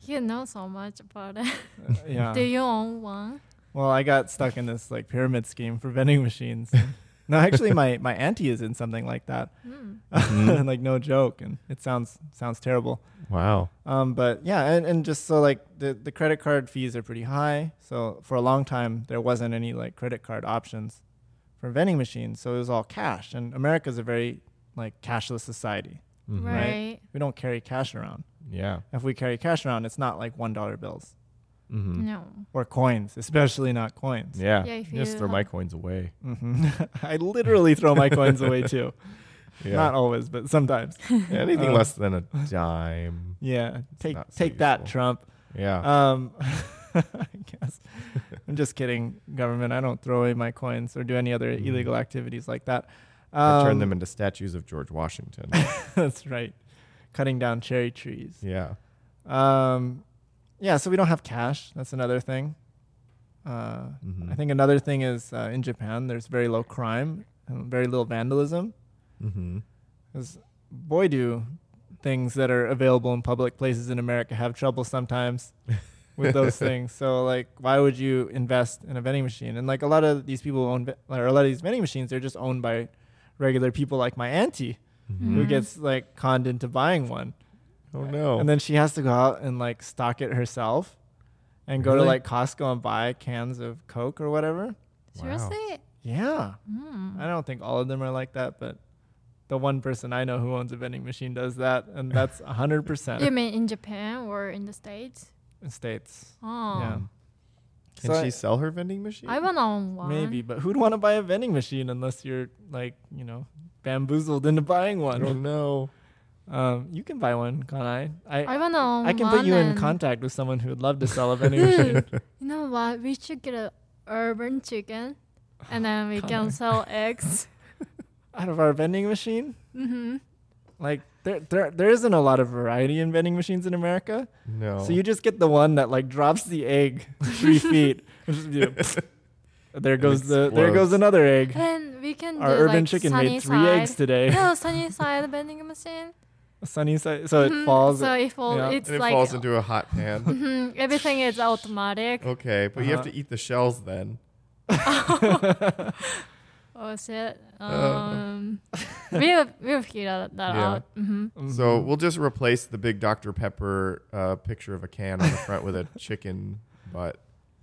You know so much about it. Uh, yeah. Do you own one? Well, I got stuck in this like pyramid scheme for vending machines. no, actually, my my auntie is in something like that. Mm. Mm-hmm. Mhm. like no joke, and it sounds sounds terrible. Wow. Um, but yeah, and, and just so like the, the credit card fees are pretty high. So for a long time, there wasn't any like credit card options for vending machines. So it was all cash. And America's a very like cashless society. Mhm. Right. We don't carry cash around. Yeah. If we carry cash around, it's not like $1 bills Mm. Mm-hmm. No. or coins, especially not coins. Yeah. Yeah, if You just you throw my have- coins away. hmm I literally throw my coins away too. Yeah. Not always, but sometimes. Anything Uh, less than a dime. Yeah. Take, not so take that, useful. Trump. Yeah. Um, I guess. I'm just kidding, government. I don't throw away my coins or do any other Mm. illegal activities like that. I turn Um, them into statues of George Washington. that's right. Cutting down cherry trees. yeah. Um, yeah, so we don't have cash. That's another thing. Uh, Mhm. I think another thing is uh, in Japan, there's very low crime and very little vandalism. Mm-hmm. Because boy, do things that are available in public places in America have trouble sometimes with those things. So like, why would you invest in a vending machine? And like a lot of these people own, ve- or a lot of these vending machines, they're just owned by regular people like my auntie who Mm. gets like conned into buying one, Mm-hmm. Oh no. and then she has to go out and like stock it herself. And go to Really? like Costco and buy cans of Coke or whatever. Seriously? Yeah. Mm. I don't think all of them are like that, but the one person I know who owns a vending machine does that, and that's hundred You percent mean in Japan or in the States? in states. Oh. Yeah. Can So she I- sell her vending machine? I wanna own one. Maybe, but who'd want to buy a vending machine unless you're like, you know, bamboozled into buying I one? don't know. Um, you can buy one, can't I? I I wanna own I can one put you in and- contact with someone who would love to sell a vending machine. You know what? We should get a urban chicken and then we Connor. can sell eggs. Out of our vending machine, mm-hmm. like there, there, there isn't a lot of variety in vending machines in America. No. So you just get the one that like drops the egg three feet. Just, you know, there goes the there goes explodes. another egg. And we can Our do urban like chicken sunny made three side. eggs today. No, sunny side vending machine. A Sunny side, so it Mhm. falls. So it falls. yeah. It's and it like falls into Oh. a hot pan. Mhm, everything is automatic. okay, but you have Uh-huh. to eat the shells then. Oh shit. Um, we'll we'll figure that Yeah. out. hmm Mm-hmm. So we'll just replace the big Dr Pepper uh, picture of a can on the front with a chicken butt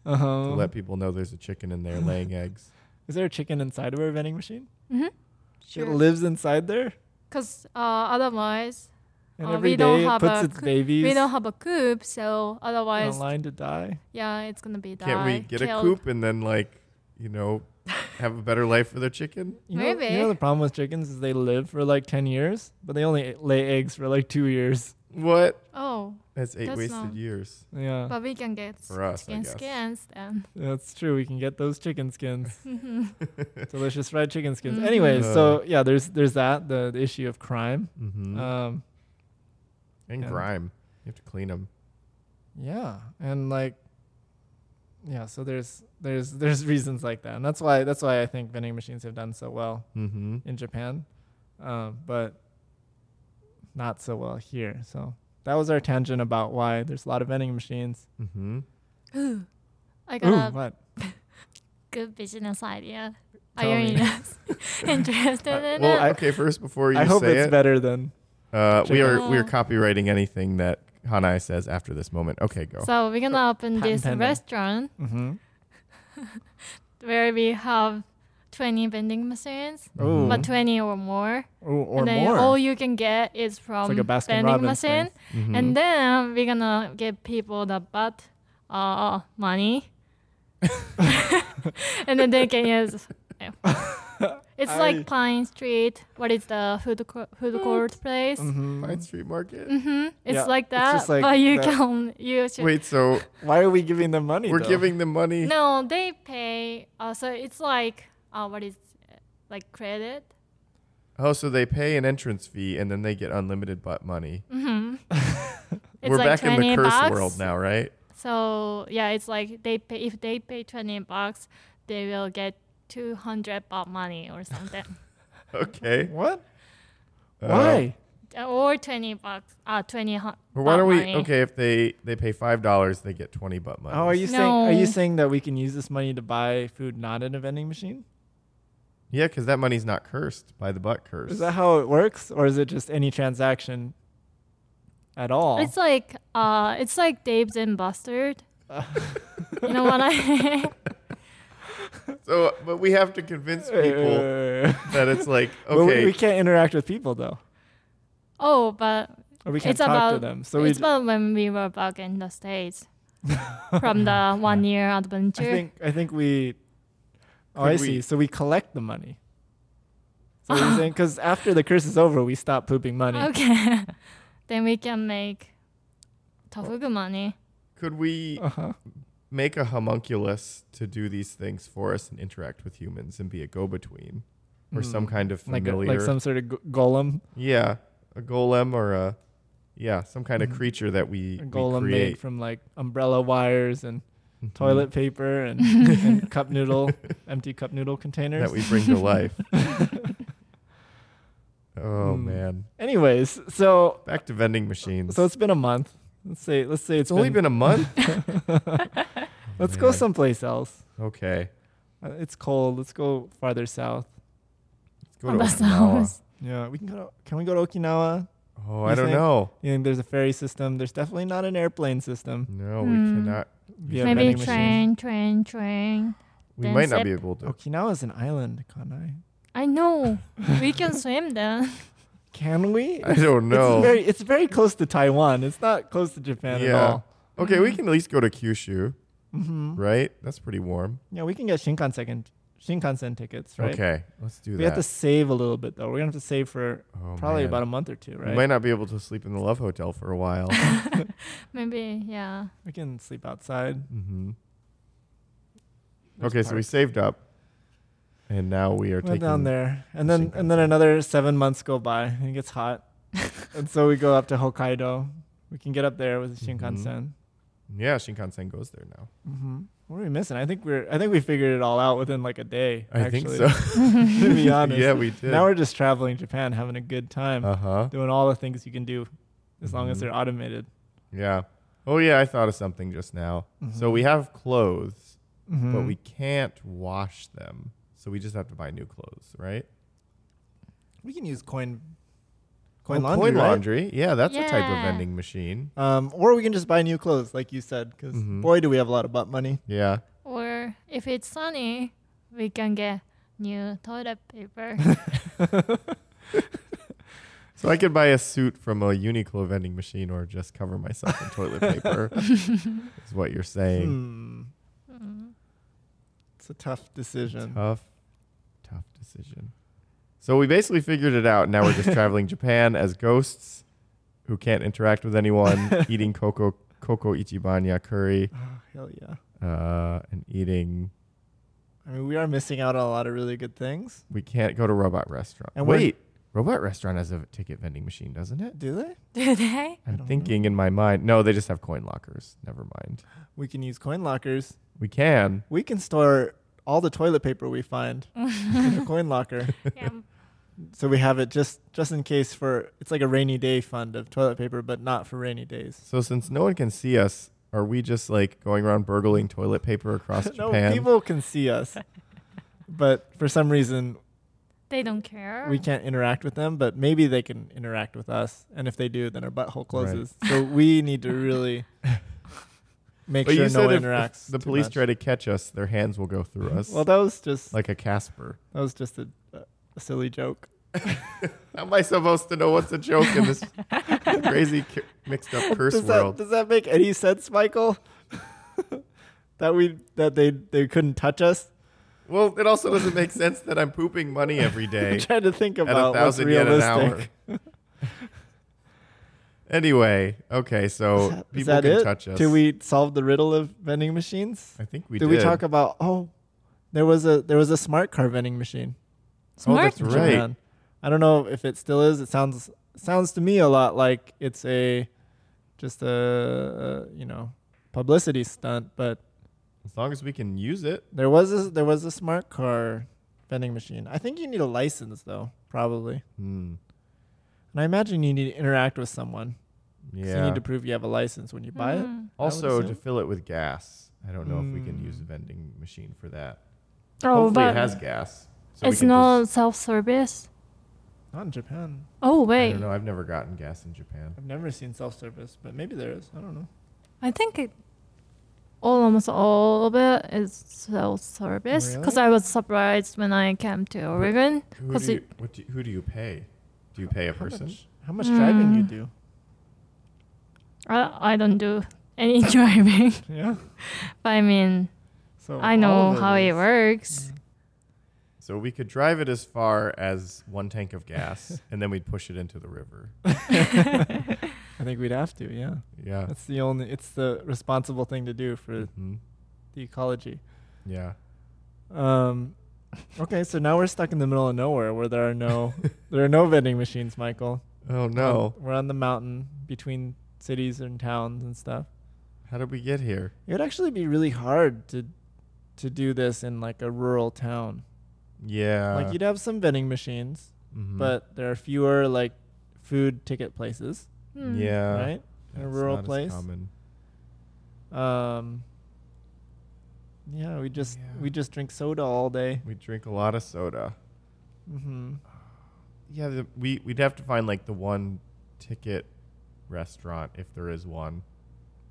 to uh-huh. let people know there's a chicken in there laying eggs. is there a chicken inside of our vending machine? It Sure. lives inside there, Because uh, otherwise and Uh, every we don't day it have puts a its coo- babies we don't have a coop, so on a otherwise, line to die. yeah, it's gonna be die. Can't we get killed. a coop and then like, you know, have a better life for their chicken? You know, You know Maybe. the problem with chickens is they live for like ten years, but they only lay eggs for like two years. What? Oh, That's eight That's wasted not- years Yeah, but we can get for us, I skin guess. skins then. that's true. We can get those chicken skins. Mhm. delicious fried chicken skins. Mhm. Anyways, Uh. so yeah, there's there's that the, the issue of crime. hmm Um, and yeah. grime. You have to clean them. yeah, and like yeah, so there's there's there's reasons like that, and that's why that's why I think vending machines have done so well Mm-hmm. in Japan, um, but not so well here. So that was our tangent about why there's a lot of vending machines. Mm-hmm. I got Ooh, a what? good business idea. Tell Are you me. interested in well, I- it? okay. First, before you I hope say it's it, better than Uh, we Chicken. are we are Oh. copywriting anything that Hanai says after this moment. Okay, go. So we're gonna open patent this pending. restaurant hmm where we have 20 vending machines, Mm-hmm. Ooh. but 20 or more. Ooh, Mm-hmm. or and then more. all you can get is it's from like a Baskin vending Robbins machine. thing. Mhm. And then we're gonna give people the butt uh, money. and then they can use. It's I- like Pine Street. What is the food cour- Mm. food court place? Mm-hmm. Mm-hmm. Pine Street Market. hmm It's Yeah, like it's just that, like but you that. can you should Wait, so Why are we giving them money? we're though? giving them money. no. They pay. Uh, so it's like uh, what is uh, like credit? Oh, so they pay an entrance fee and then they get unlimited butt money. hmm it's we're like back in the 20 curse bucks. world now, right? So yeah, it's like they pay if they pay twenty bucks, they will get two hundred baht money or something, Okay. what? Uh, Why? or twenty bucks. Uh twenty. hu- Well, why baht don't we? money. Okay, if they they pay five dollars, they get twenty butt money. Oh, are you saying are you No. saying that we can use this money to buy food not in a vending machine? Yeah, because that money's not cursed by the butt curse. Is that how it works, or is it just any transaction at all? It's like uh, it's like Dave's and Bustard. you know what I? so, but we have to convince Wait, wait, people wait, wait, wait. that it's like Well, we- okay. we can't interact with people though, oh, but or we can't it's talk about to them. So we. it's about when we were back in the states from the one year I adventure. think I think we. Oh, I Could see. we- So we collect the money. So what you're saying? Because after the curse is over, we stop pooping money. okay, then we can make tofugu money. Could we Uh-huh. make a homunculus to do these things for us and interact with humans and be a go-between or some kind of Hmm. Mm. Like a, familiar like some sort of g- golem, yeah a golem or a yeah some kind of creature that we, Hmm. a we golem create made from like umbrella wires and Mhm. toilet paper and, and cup noodle, empty cup noodle containers. Mm-hmm. that we bring to life oh Hmm. man Anyways, so back to vending machines so it's been a month. Let's say let's say it's only been a month let's Oh, go man. someplace else. okay Uh, it's cold. Let's go farther south. let's go to That Okinawa. sounds- Yeah, we can go. To, can we go to Okinawa? oh You i don't think? know You think there's a ferry system? There's definitely not an airplane system. no Hmm. we cannot via Yeah, Maybe vending train, machine. train, train. we Then might not zip. be able to Okinawa's an island, Kanai. I know. we can swim then. Can we? i don't know It's very, it's very close to Taiwan. It's not close to Japan at Yeah. all. okay we can at least go to kyushu hmm right that's pretty warm Yeah, we can get Shinkansen Shinkansen tickets, right? Okay, let's do We that. have to save a little bit though. We're gonna have to save for Oh, probably man. about a month or two, right? We might not be able to sleep in the love hotel for a while. Maybe, yeah. We can sleep outside. hmm There's Okay, so we parks. saved up, and now we are We're taking down there, and then and then Shinkansen. another seven months go by, and it gets hot, and so we go up to Hokkaido. We can get up there with the Mhm. Shinkansen. Yeah, Shinkansen goes there now. Mm-hmm. What are we missing? I think we're I think we figured it all out within like a day. I actually. think so. to be honest. yeah, we did. Now we're just traveling Japan, having a good time, uh huh. doing all the things you can do, as long as Mhm. they're automated. Yeah. Oh yeah, I thought of something just now. So Mhm. we have clothes, but Mhm. we can't wash them, so we just have to buy new clothes, right? we can use coin Oh, coin laundry. coin right? laundry. Yeah, that's a type of Yeah. vending machine. Um, or we can just buy new clothes, like you said, because Mhm. boy, do we have a lot of butt money. Yeah. Or if it's sunny, we can get new toilet paper. So I could buy a suit from a Uniqlo vending machine or just cover myself in toilet paper. is what you're saying. Hmm. Mm. It's a tough decision. Tough, tough decision. So we basically figured it out. Now we're just traveling Japan as ghosts who can't interact with anyone, eating coco coco ichibanya curry, Oh, hell yeah. uh, and eating. I mean, we are missing out on a lot of really good things. We can't go to Robot Restaurant. And we're- wait, Robot Restaurant has a ticket vending machine, doesn't it? Do they? Do they? don't I'm know. thinking in my mind. No, they just have coin lockers. Never mind. We can use coin lockers. We can. We can store all the toilet paper we find in a coin locker. Yeah. So we have it just just in case for it's like a rainy day fund of toilet paper, but not for rainy days. So since no one can see us, are we just like going around burgling toilet paper across no, Japan? people can see us, but for some reason They don't care. we can't interact with them. But maybe they can interact with us, and if they do, then our butthole closes. So we need to really make but sure you no said one if, if interacts. the too police much. try to catch us, their hands will go through us, Well, that was just like a Casper. that was just a, a silly joke. How am I supposed to know what's a joke in this crazy cu- mixed up curse does world? That, does that make any sense, Michael? that we that they they couldn't touch us. well, it also doesn't make sense that I'm pooping money every I'm day trying to think at a about what's thousand yen an hour. realistic. anyway, okay, so Is that- Oh, people is that can it? touch us. Did we solve the riddle of vending machines? I think we did did. we talk about? Oh, there was a there was a smart car vending machine. Smart. that's right. Japan. I don't know if it still is. It sounds sounds to me a lot like it's a just a you know publicity stunt, but as long as we can use it. There was a, there was a smart car vending machine. I think you need a license though, probably. Hmm. And I imagine you need to interact with someone. 'cause Yeah. You need to prove you have a license when you buy it. Mhm. I would also, to assume. fill it with gas. I don't know if we can Mm. use a vending machine for that. Oh, Hopefully, but it has gas. So we it's can not Just, self-service. Mm-hmm. Not in Japan. Oh I wait, don't know. I've never gotten gas in Japan. I've never seen self-service, but maybe there is. I don't know. I think it, all almost all of it is self-service. Because Really? I was surprised when I came to Oregon. Who Because do you, what do you, who do you pay? Do you pay a person? How much, how much driving you Mm. do? I, I don't do any driving, Yeah. but I mean So I all know of how it is- works. So we could drive it as far as one tank of gas, and then we'd push it into the river. I think we'd have to. Yeah. Yeah. That's the only. It's the responsible thing to do for Mhm. the ecology. Yeah. Um, okay, so now we're stuck in the middle of nowhere where there are no there are no vending machines, Michael. Um, Oh no! We're on the mountain between cities and towns and stuff. How did we get here? It would actually be really hard to to do this in like a rural town. Yeah. like you'd have some vending machines, mhm. but there are fewer like food ticket places, Hmm. yeah, right? In a That's rural not as place. common. Um yeah, we just Yeah. we just drink soda all day. We drink a lot of soda. hmm Yeah, the, we we'd have to find like the one ticket restaurant if there is one.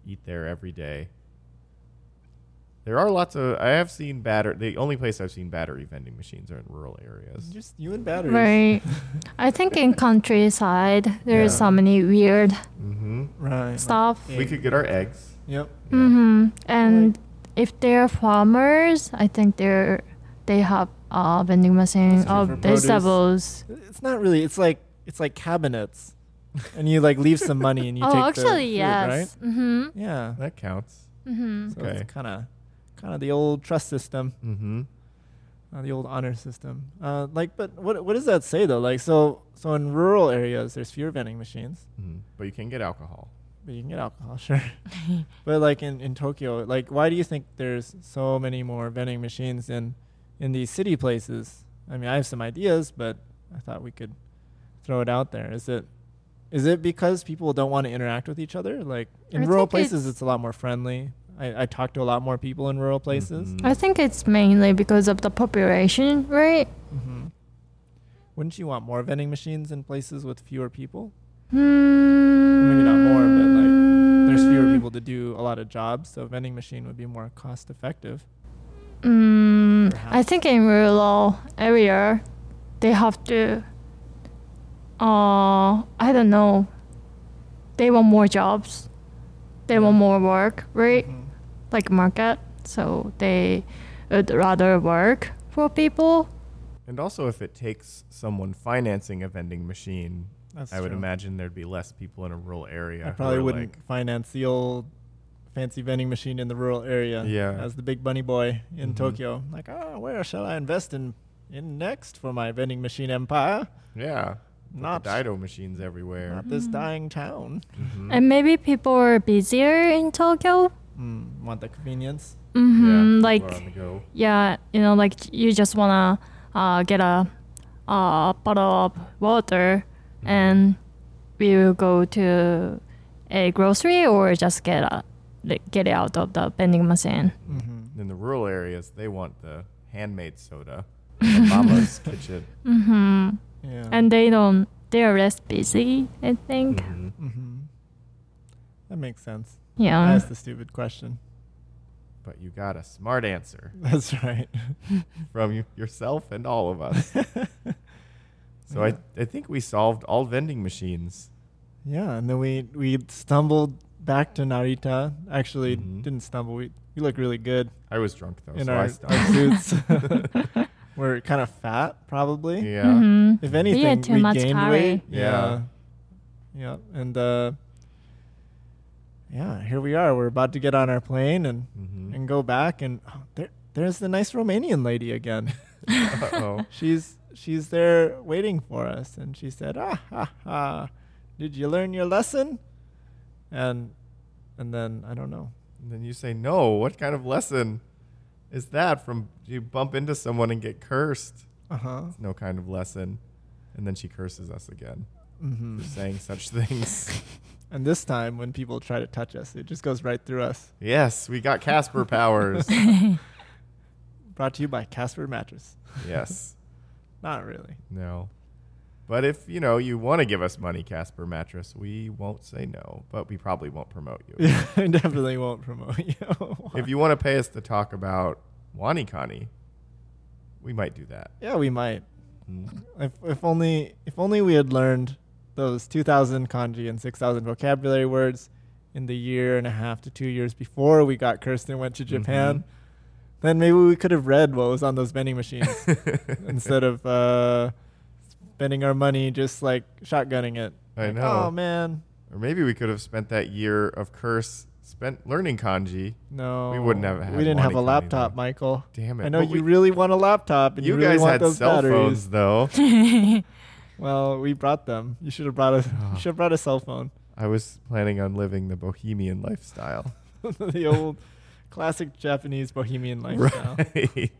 Eat there every day. There are lots of. I have seen batter. The only place I've seen battery vending machines are in rural areas. Just you and batteries. Right. I think in countryside there's Yeah. so many weird Mm-hmm. Right. like stuff. We egg- could get our eggs. Yep. Yeah. hmm And if they're farmers, I think they're they have uh, vending machine Especially of for produce. vegetables. It's not really. It's like it's like cabinets, and you like leave some money and you take oh, the actually, food, yes. Mm-hmm. right? Yeah. That counts. Mm-hmm. So Okay. it's kind of kind of the old trust system, Mm-hmm. uh, the old honor system. Uh, like, but what what does that say though? Like, so so in rural areas, there's fewer vending machines, hmm But you can get alcohol. but you can get alcohol, sure. but like in in Tokyo, like why do you think there's so many more vending machines in in these city places? I mean, I have some ideas, but I thought we could throw it out there. Is it is it because people don't want to interact with each other? Like in I rural think places, it's- it's a lot more friendly. I, I talk to a lot more people in rural places. Mhm. I think it's mainly because of the population, right? hmm Wouldn't you want more vending machines in places with fewer people? Maybe not more, but, like, There's Hmm. Mm-hmm. fewer people to do a lot of jobs, so a vending machine would be more cost effective. Mm, I Perhaps. think in rural area, they have to. Uh, I don't know. They want more jobs. They want Yeah. more work, right? Mhm. Like market, so they would rather work for people. And also, if it takes someone financing a vending machine, That's I would true. imagine there'd be less people in a rural area. I who probably are wouldn't like- finance the old fancy vending machine in the rural area. Yeah. As the big bunny boy in Mhm. Tokyo. Like, ah, where shall I invest in, in next for my vending machine empire? yeah, put the Not- Dido machines everywhere. Not this Mhm. dying town. Mhm. And maybe people are busier in Tokyo. Mm, want the convenience? Yeah, Mm-hmm. people are like on the go. yeah, you know, like you just wanna uh, get a a bottle of water Mm-hmm. and we will go to a grocery or just get a, like, get it out of the vending machine. Mm-hmm. In the rural areas, they want the handmade soda, from mama's kitchen. hmm Yeah. And they don't, they are less busy, I think. Mhm. hmm That makes sense. Yeah. That's the stupid question. But you got a smart answer That's right. from you, yourself and all of us. So Yeah. I, I think we solved all vending machines. Yeah, and then we we stumbled back to Narita. Actually, Mhm. didn't stumble. We we look really good I was drunk though, in so our, I our stopped. suits. We're kind of fat, probably. yeah. Mhm. If anything, too we much gained weight. curry. Yeah. yeah, yeah, and uh, yeah, here we are. We're about to get on our plane and Mhm. and go back. And oh, there there's the nice Romanian lady again. Uh-oh. she's she's there waiting for us and she said ah ha ha did you learn your lesson and and then i don't know And then you say, no, what kind of lesson is that from you bump into someone and get cursed? uh-huh It's no kind of lesson. And then she curses us again hmm for saying such things. and this time when people try to touch us it just goes right through us yes, we got Casper powers. brought to you by casper mattress yes. not really No. But if, you know, you want to give us money, Casper Mattress, we won't say no, but we probably won't promote you. i definitely won't promote you if you want to pay us to talk about WaniKani, we might do that. yeah we might Mm-hmm. if, if only if only we had learned those 2000 kanji and 6000 vocabulary words in the year and a half to two years before we got cursed and went to japan Mhm. then maybe we could have read what was on those vending machines instead of uh, spending our money just like shotgunning it I Like, know. oh man Or maybe we could have spent that year of curse spent learning kanji. no We wouldn't have had we didn't have a Wani Kanji laptop then. michael Damn it. i know But you we- really want a laptop and you, you really guys want had those cell batteries phones though. well we brought them you should have brought us Ah. you should have brought a cell phone I was planning on living the bohemian lifestyle. the old classic Japanese bohemian lifestyle. Right. But if-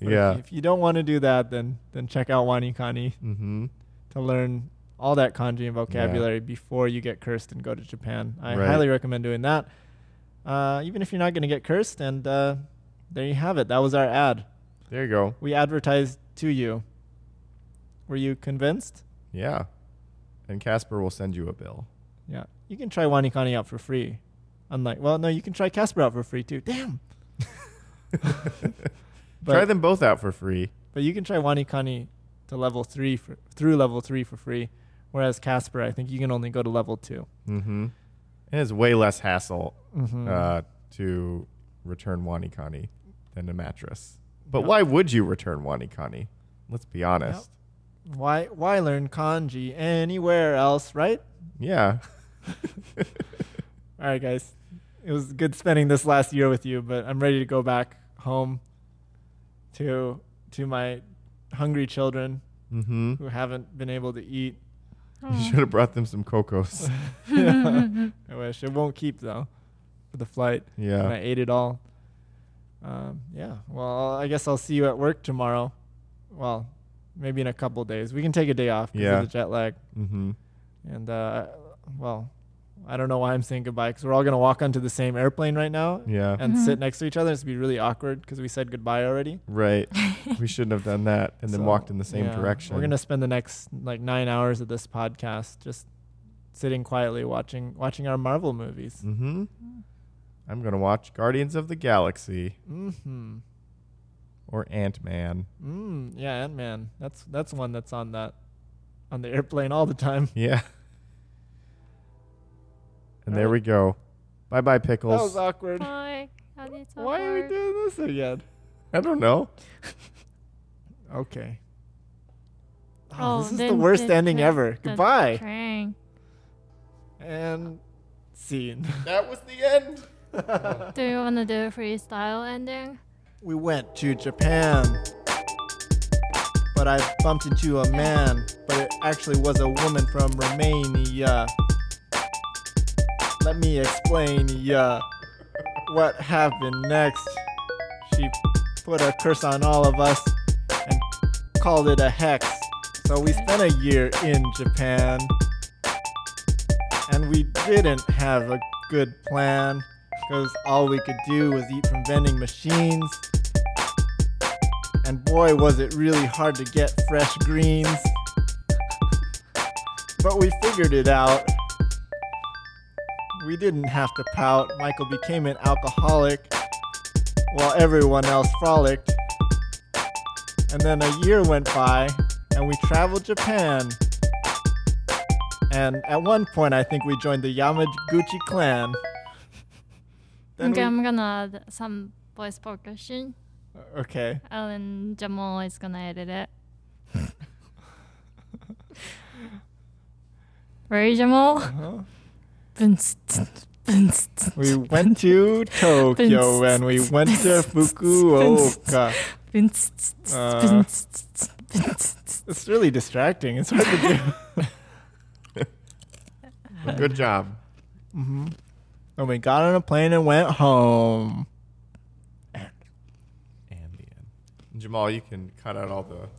yeah. If you don't want to do that, then then check out Wanikani Mm-hmm. to learn all that kanji and vocabulary before you get cursed and go to Japan. I Right. highly recommend doing that, uh, even if you're not going to get cursed. And uh, there you have it. That was our ad. There you go. We advertised to you. Were you convinced? Yeah. And Casper will send you a bill. Yeah. You can try Wanikani out for free. Unlike, well, no, you can try Casper out for free too. Damn. But- Try them both out for free. But you can try Wanikani to level three for, through level three for free, whereas Casper, I think you can only go to level 2 Mm-hmm. And it's way less hassle Mm-hmm. uh, to return WaniKani than a mattress. But Yep. why would you return WaniKani? Let's be honest. why why learn kanji anywhere else, right? Yeah. All right, guys, it was good spending this last year with you, but I'm ready to go back home to to my hungry children Mm-hmm. who haven't been able to eat. Mm. Oh, You should have brought them some cocos. I wish it won't keep though for the flight. and I Yeah. ate it all. Um, yeah. Well, I guess I'll see you at work tomorrow. Well, maybe in a couple days. We can take a day off because Yeah. of the jet lag. Mm-hmm. And uh, well, I don't know why I'm saying goodbye because we're all gonna walk onto the same airplane right now Yeah. and Mm-hmm. sit next to each other. It's gonna be really awkward because we said goodbye already. right. we shouldn't have done that and then So, walked in the same yeah, direction. We're gonna spend the next like nine hours of this podcast just sitting quietly watching watching our Marvel movies. Mm-hmm. I'm gonna watch Guardians of the Galaxy Mm-hmm. or Ant Man. Mm, yeah, Ant Man. That's that's one that's on that on the airplane all the time. Yeah. And there Alright. we go. Bye bye, Pickles. That was awkward. Why? How did it so Why are we hard? doing this again? I don't know. Okay. Oh, Oh, this is the then worst the- ending the- ever. the Goodbye. train. and scene. That was the end. Do you want to do a freestyle ending? we went to Japan. But I bumped into a man, but it actually was a woman from Romania. Let me explain ya what happened next. She put a curse on all of us and called it a hex. So we spent a year in Japan. And we didn't have a good plan because all we could do was eat from vending machines. And boy, was it really hard to get fresh greens. But we figured it out. We didn't have to pout. Michael became an alcoholic while everyone else frolicked. And then a year went by, and we traveled Japan. And at one point, I think we joined the Yamaguchi clan. Then Okay, we- I'm gonna add some voice percussion, okay. and Jamal is gonna edit it. Right, Jamal? We went to Tokyo and we went to Fukuoka. Uh, It's really distracting. It's hard to do. Good job. Mm-hmm. And we got on a plane and went home. And the end. Jamal, you can cut out all the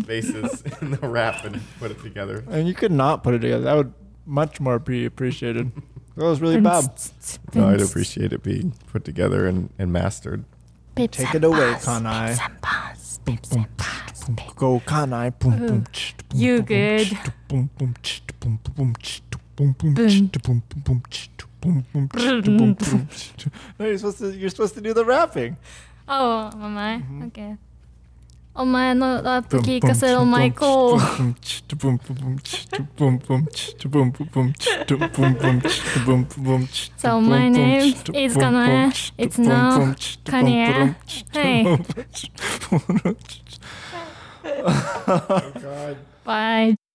spaces in the wrap and put it together. And you could not put it together. That would much more be appreciated. That was really bad. No, I'd appreciate it being put together and, and mastered. Take it away, Kanai. Go Kanai. Boom, boom, Uh. ch- boom, You boom, boom, ch- good. boom, boom, ch- boom, boom, boom, ch- boom, boom, Boom. ch- boom, boom, boom, ch- boom, boom, ch- boom, boom, ch- No, you're supposed to. You're supposed to do the rapping. Oh, am I? Okay. Oh, お前のラップ Mm-hmm. Boom, 聞 boom, かせろ、 boom, マイコ boom, boom, boom, boom, boom, boom, boom, boom, boom, boom, boom, boom, So my boom, name boom, is boom, Kanae. boom, It's boom, now boom, Kanae. boom, boom, boom, boom. God. Bye.